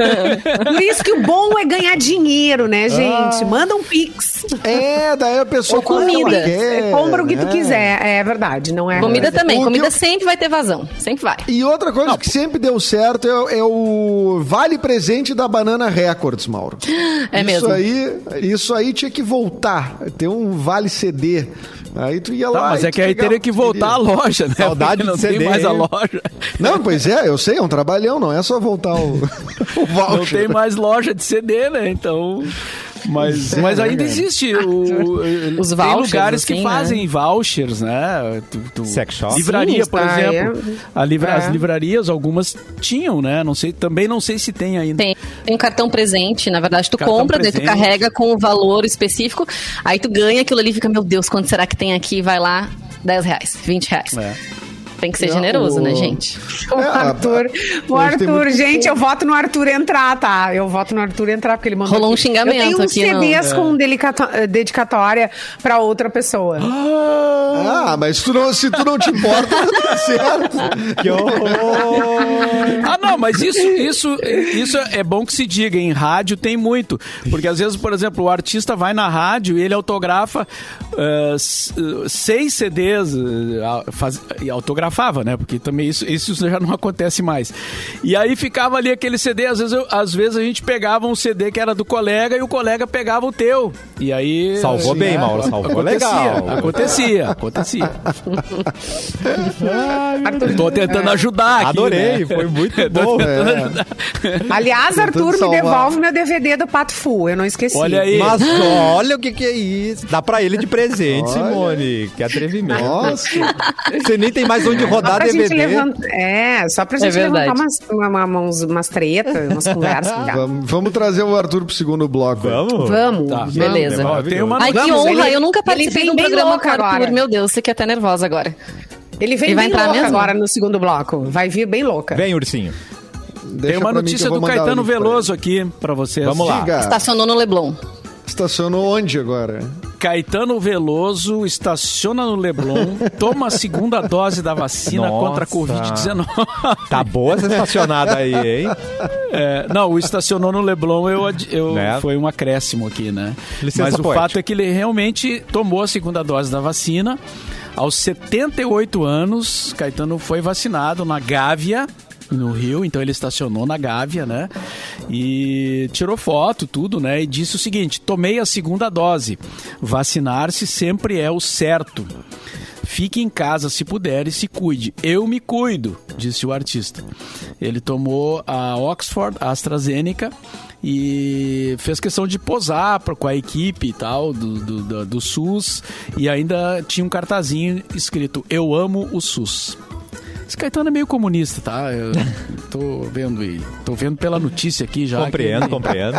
Speaker 4: Por isso que o bom é ganhar dinheiro,
Speaker 3: Ah.
Speaker 4: né, gente? Manda um pix.
Speaker 5: É, daí a pessoa
Speaker 4: Ou comida.
Speaker 5: compra o que ela quer,
Speaker 4: É, compra o que tu
Speaker 5: né?
Speaker 4: quiser. É verdade, não é?
Speaker 2: comida também,
Speaker 5: O que
Speaker 2: comida
Speaker 5: eu-
Speaker 2: sempre vai ter vazão. Sempre vai.
Speaker 5: E outra coisa que sempre deu certo é, é o vale presente da Banana Records, Mauro.
Speaker 2: É
Speaker 5: isso
Speaker 2: mesmo.
Speaker 5: Aí, isso aí tinha que voltar. Ter um vale CD. Aí tu ia lá.
Speaker 3: Tá, mas
Speaker 5: e
Speaker 3: é
Speaker 5: tu
Speaker 3: que aí
Speaker 5: pegava
Speaker 3: teria
Speaker 5: o
Speaker 3: que
Speaker 5: tu
Speaker 3: voltar à
Speaker 5: queria.
Speaker 3: loja, né?
Speaker 1: Saudade
Speaker 3: Porque não
Speaker 1: de
Speaker 3: tem
Speaker 1: CD,
Speaker 3: mais a
Speaker 1: hein?
Speaker 3: loja.
Speaker 5: Não, pois é, eu sei, é um trabalhão, não é só voltar o, o
Speaker 3: Não
Speaker 5: voucher.
Speaker 3: tem mais loja de CD, né? Então. Mas, mas ainda existe o-
Speaker 2: Os
Speaker 3: tem
Speaker 2: vouchers,
Speaker 3: lugares que
Speaker 2: assim, né?
Speaker 3: fazem vouchers, né? Tu, tu-
Speaker 1: Sex shop.
Speaker 3: Livraria,
Speaker 4: Sim,
Speaker 3: por
Speaker 2: ah,
Speaker 4: está,
Speaker 3: exemplo. A livra-
Speaker 4: É.
Speaker 3: As livrarias, algumas tinham, né? Não sei, também não sei se tem ainda.
Speaker 2: Tem, tem um cartão presente, na verdade, tu
Speaker 3: Cartão
Speaker 2: compra, daí tu
Speaker 3: presente.
Speaker 2: carrega com o valor específico, aí tu ganha aquilo ali e fica, meu Deus, quanto será que tem aqui? Vai lá, 10 reais, 20 reais.
Speaker 3: É.
Speaker 2: Tem que ser
Speaker 5: Não,
Speaker 2: generoso,
Speaker 5: o-
Speaker 2: né, gente?
Speaker 4: O
Speaker 5: É, a-
Speaker 4: Arthur. O
Speaker 5: hoje tem
Speaker 4: Arthur,
Speaker 5: muito-
Speaker 4: gente, eu voto no Arthur entrar, tá? Eu voto no Arthur entrar, porque ele mandou.
Speaker 2: Rolou um
Speaker 4: aqui.
Speaker 2: xingamento
Speaker 4: Eu tenho uns
Speaker 2: aqui, não.
Speaker 4: CDs com
Speaker 5: É.
Speaker 4: delicata- eh, dedicatória pra outra pessoa.
Speaker 3: um.
Speaker 5: Ah, mas tu não, se tu não te importa, tá certo.
Speaker 1: Que horror!
Speaker 3: Ah, não, mas isso, isso, isso é bom que se diga. Em rádio tem muito. Porque às vezes, por exemplo, o artista vai na rádio e ele autografa ah, s- ah, seis CDs. ah, faz- e autografava, né? Porque também isso, isso já não acontece mais. E aí ficava ali aquele CD. Às vezes, eu- às vezes a gente pegava um CD que era do colega e o colega pegava o teu. E aí.
Speaker 1: Salvou
Speaker 3: assim,
Speaker 1: bem,
Speaker 3: é,
Speaker 1: Mauro, salvou
Speaker 3: acontecia,
Speaker 1: legal.
Speaker 3: Acontecia, acontecia.
Speaker 4: Arthur,
Speaker 3: Tô tentando ajudar aqui.
Speaker 1: Adorei,
Speaker 3: né?
Speaker 1: foi muito
Speaker 3: Tô
Speaker 1: bom.
Speaker 3: tentando
Speaker 5: É.
Speaker 3: ajudar.
Speaker 4: Aliás,
Speaker 5: Tentando
Speaker 4: Arthur, me
Speaker 5: salvar.
Speaker 4: devolve meu DVD do Pato Fu. Eu não esqueci.
Speaker 3: Olha aí.
Speaker 1: Mas olha o que, que é isso. Dá pra ele de presente,
Speaker 5: Olha.
Speaker 1: Simone. Que é atrevimento.
Speaker 5: Nossa.
Speaker 1: Você nem tem mais onde
Speaker 4: Só
Speaker 1: rodar
Speaker 4: pra
Speaker 1: DVD.
Speaker 4: gente
Speaker 2: um-
Speaker 4: levantar. É, só pra
Speaker 2: É
Speaker 4: gente levantar
Speaker 2: verdade.
Speaker 4: umas, uma, uma- uns- umas tretas, umas conversas. tá?
Speaker 5: Vamos, vamos trazer o Arthur pro segundo bloco.
Speaker 1: Vamos? é
Speaker 4: Vamos.
Speaker 3: Tá.
Speaker 2: Beleza.
Speaker 1: Legal.
Speaker 3: Tem uma
Speaker 2: Ai, que
Speaker 4: Vamos,
Speaker 2: honra,
Speaker 4: ele-
Speaker 2: eu nunca
Speaker 4: ele
Speaker 2: participei
Speaker 4: vem
Speaker 2: de um
Speaker 4: bem
Speaker 2: programa
Speaker 4: louco
Speaker 2: com o Arthur.
Speaker 4: agora.
Speaker 2: Meu Deus, você que é até nervosa agora.
Speaker 4: Ele vem
Speaker 2: Ele vai
Speaker 4: bem
Speaker 2: entrar
Speaker 4: louco
Speaker 2: mesmo?
Speaker 4: agora no segundo bloco. Vai vir bem louca.
Speaker 1: Vem, ursinho.
Speaker 5: Deixa
Speaker 3: Tem uma
Speaker 5: pra mim que
Speaker 3: notícia
Speaker 5: eu vou
Speaker 3: do
Speaker 5: mandar o
Speaker 3: Caetano
Speaker 5: link pra
Speaker 3: Veloso aqui pra vocês.
Speaker 1: Vamos
Speaker 5: ele.
Speaker 1: lá.
Speaker 5: Diga,
Speaker 2: Estacionou no Leblon.
Speaker 5: estacionou onde agora?
Speaker 3: Caetano Veloso estaciona no Leblon, toma a segunda dose da vacina
Speaker 1: Nossa.
Speaker 3: contra a Covid-19.
Speaker 1: Tá boa essa estacionada aí, hein?
Speaker 3: É, não, o estacionou no Leblon eu, ad- eu-
Speaker 1: Né?
Speaker 3: foi um acréscimo aqui, né?
Speaker 1: Licença
Speaker 3: Mas o
Speaker 1: poética.
Speaker 3: fato é que ele realmente tomou a segunda dose da vacina. Aos 78 anos, Caetano foi vacinado na Gávea, no Rio, então ele estacionou na Gávea, né? E tirou foto, tudo, né? E disse o seguinte: tomei a segunda dose. Vacinar-se sempre é o certo. Fique em casa se puder e se cuide. Eu me cuido, disse o artista. Ele tomou a Oxford, a AstraZeneca, e fez questão de posar pra- com a equipe e tal do, do, do- do SUS. E ainda tinha um cartazinho escrito: Eu amo o SUS. Esse Caetano é meio comunista, tá? Eu tô vendo ele. Tô vendo pela notícia aqui já. que
Speaker 1: Compreendo,
Speaker 3: ele-
Speaker 1: compreendo.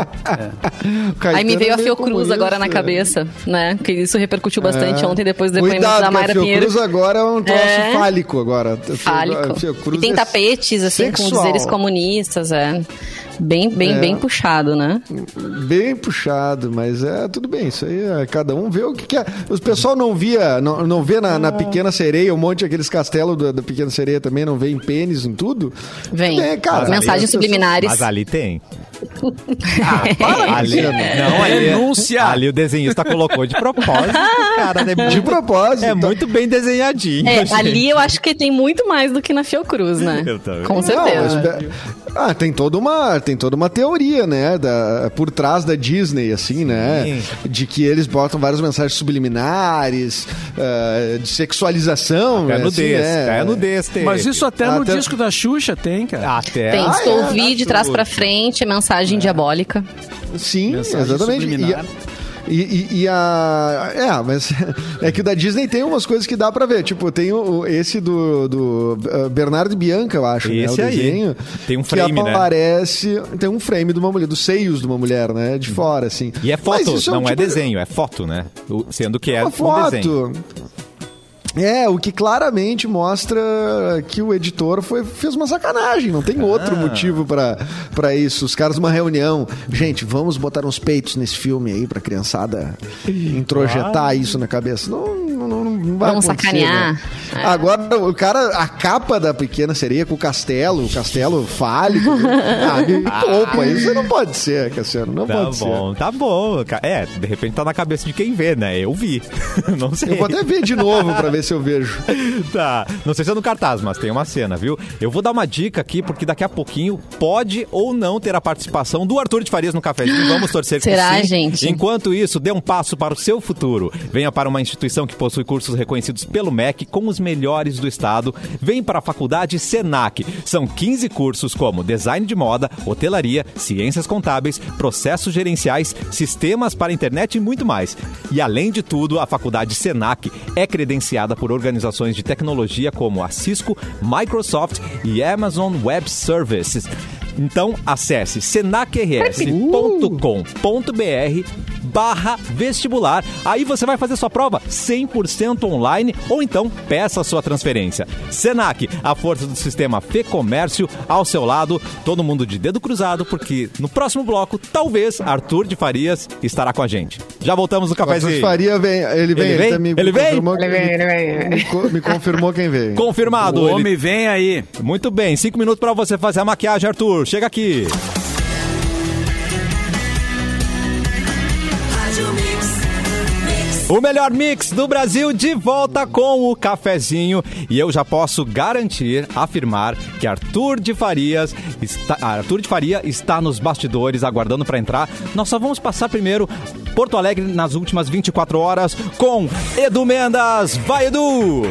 Speaker 2: Aí me veio a Fiocruz
Speaker 5: é Comunista.
Speaker 2: agora na cabeça, né? Que isso repercutiu bastante ontem, depois do depoimento
Speaker 5: É. Ah. Cuidado,
Speaker 2: da
Speaker 5: que
Speaker 2: Mayra
Speaker 5: a Fiocruz
Speaker 2: Pinheiro.
Speaker 5: agora é um troço
Speaker 2: É.
Speaker 5: fálico agora.
Speaker 2: Fálico.
Speaker 5: A Fiocruz
Speaker 2: E tem
Speaker 5: é
Speaker 2: tapetes, assim, com
Speaker 5: sexual.
Speaker 2: dizeres comunistas, é. Bem, bem,
Speaker 5: É.
Speaker 2: bem puxado, né?
Speaker 5: Bem puxado, mas é tudo bem. Isso aí, é, cada um vê o que quer. O pessoal não via, não, não vê na,
Speaker 2: Ah.
Speaker 5: na Pequena Sereia, um monte daqueles castelos da, da Pequena Sereia também, não vê em pênis, em tudo.
Speaker 2: Vem.
Speaker 5: É, cara,
Speaker 2: As mensagens
Speaker 5: ali as pessoas-
Speaker 2: subliminares.
Speaker 1: Mas ali tem. ali, é- não, ali,
Speaker 3: Ah, Denúncia!
Speaker 1: Ali o desenhista colocou de propósito, cara. né?
Speaker 5: De
Speaker 1: Muito-
Speaker 5: propósito.
Speaker 1: É muito bem desenhadinho.
Speaker 2: É,
Speaker 1: gente.
Speaker 2: ali eu acho que tem muito mais do que na Fiocruz, né?
Speaker 1: Eu também.
Speaker 2: Com
Speaker 5: Não,
Speaker 2: certeza.
Speaker 5: mas pe- ah, tem toda uma, tem toda uma teoria, né, da, por trás da Disney, assim, né, de que eles botam várias mensagens subliminares, ah, de sexualização,
Speaker 1: É
Speaker 5: né,
Speaker 1: no
Speaker 5: assim,
Speaker 1: desse,
Speaker 5: né?
Speaker 1: é no desse.
Speaker 3: Mas isso até no
Speaker 5: Até-
Speaker 3: disco da Xuxa tem, cara.
Speaker 1: Até.
Speaker 2: Tem,
Speaker 5: Ah,
Speaker 2: estou
Speaker 5: é,
Speaker 2: ouvindo de
Speaker 1: acho-
Speaker 2: trás pra frente, é mensagem diabólica.
Speaker 5: Sim,
Speaker 3: Mensagem
Speaker 5: exatamente. E
Speaker 3: subliminar.
Speaker 5: a, e, e- e a. É, mas é que o da Disney tem umas coisas que dá pra ver. Tipo, tem o, o- esse do, do eh, Bernardo e Bianca, eu acho. né,
Speaker 1: Esse
Speaker 5: o
Speaker 1: aí.
Speaker 5: desenho,
Speaker 1: Tem um frame,
Speaker 5: que
Speaker 1: né?
Speaker 5: aparece, Tem um frame de uma mulher, dos seios de uma mulher, né? De fora, assim.
Speaker 1: E é
Speaker 5: Mas
Speaker 1: foto,
Speaker 5: isso
Speaker 1: não é
Speaker 5: tipo-
Speaker 1: desenho, é foto, né? O- Sendo que é
Speaker 5: uma
Speaker 1: um desenho.
Speaker 5: foto. É, o que claramente mostra que o editor foi, fez uma sacanagem. Não tem outro
Speaker 1: Ah.
Speaker 5: motivo pra pra isso. Os caras numa reunião. Gente, vamos botar uns peitos nesse filme aí pra criançada introjetar isso na cabeça. Não, não, não, não vai
Speaker 2: Vamos
Speaker 5: acontecer,
Speaker 2: sacanear.
Speaker 5: né? Agora, o cara, a capa da pequena sereia com o castelo, o castelo fálico. ah, me poupa, isso não pode ser, Cassiano. Não
Speaker 1: Tá
Speaker 5: pode ser.
Speaker 1: bom, tá bom. ca- É, de repente tá na cabeça de quem vê, né? Eu vi. Não sei.
Speaker 5: Eu vou até ver de novo pra ver se eu vejo.
Speaker 1: Tá. Não sei se é no cartaz, mas tem uma cena, viu? Eu vou dar uma dica aqui, porque daqui a pouquinho pode ou não ter a participação do Arthur de Farias no cafezinho. Vamos torcer que
Speaker 2: Será,
Speaker 1: sim.
Speaker 2: gente?
Speaker 1: Enquanto isso, dê um passo para o seu futuro. Venha para uma instituição que possui cursos reconhecidos pelo MEC com os as melhores do estado, vem para a Faculdade Senac. São 15 cursos como design de moda, hotelaria, ciências contábeis, processos gerenciais, sistemas para internet e muito mais. E além de tudo, a Faculdade Senac é credenciada por organizações de tecnologia como a Cisco, Microsoft e Amazon Web Services. Então acesse senacrs.com.br barra vestibular. Aí você vai fazer sua prova 100% online ou então peça a sua transferência. Senac, a força do sistema Fê Comércio ao seu lado, todo mundo de dedo cruzado, porque no próximo bloco, talvez, Arthur de Farias estará com a gente. Já voltamos no
Speaker 5: Arthur
Speaker 1: cafezinho.
Speaker 5: Faria vem, ele vem,
Speaker 1: Ele
Speaker 5: ele,
Speaker 1: vem?
Speaker 5: tá me
Speaker 1: Ele vem?
Speaker 5: confirmou que-
Speaker 4: Ele vem, ele vem.
Speaker 5: Me, co- me confirmou quem veio.
Speaker 1: Confirmado.
Speaker 3: O
Speaker 1: Ah, ele-
Speaker 3: homem vem aí.
Speaker 1: Muito bem, cinco minutos para você fazer a maquiagem, Arthur. Chega aqui. O melhor mix do Brasil de volta com o cafezinho. E eu já posso garantir, afirmar que Arthur de Farias está, Arthur de Faria está nos bastidores aguardando para entrar. Nós só vamos passar primeiro Porto Alegre nas últimas 24 horas com Edu Mendas. Vai, Edu!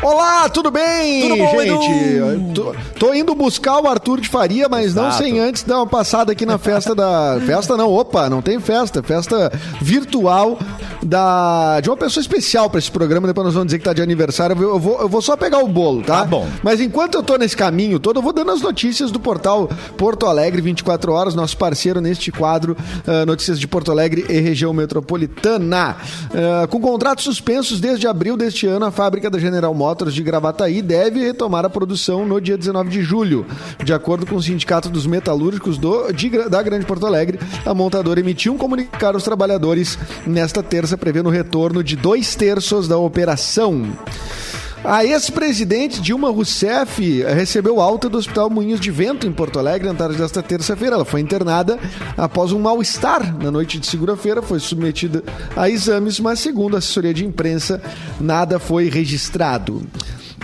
Speaker 5: Olá, tudo bem?
Speaker 1: Tudo bom, Edu?
Speaker 5: gente? Tô, tô indo buscar o Arthur de Faria, mas não
Speaker 1: Exato.
Speaker 5: sem antes dar uma passada aqui na festa da. Festa não, opa, não tem festa. Festa virtual da de uma pessoa especial pra esse programa. Depois nós vamos dizer que tá de aniversário. Eu vou- Eu vou, eu vou só pegar o bolo, tá?
Speaker 1: Tá bom.
Speaker 5: Mas enquanto eu tô nesse caminho todo, eu vou dando as notícias do portal Porto Alegre 24 Horas, nosso parceiro neste quadro ah, Notícias de Porto Alegre e Região Metropolitana. Ah, com contratos suspensos desde abril deste ano, a fábrica da General Motors de Gravataí deve retomar a produção no dia 19 de julho. De acordo com o Sindicato dos Metalúrgicos do, de Gra- da Grande Porto Alegre, a montadora emitiu um comunicado aos trabalhadores nesta terça, prevendo o retorno de dois terços da operação. A ex-presidente Dilma Rousseff eh, recebeu alta do Hospital Moinhos de Vento, em Porto Alegre, na tarde desta terça-feira. Ela foi internada após um mal-estar na noite de segunda-feira, foi submetida a exames, mas, segundo a assessoria de imprensa, nada foi registrado.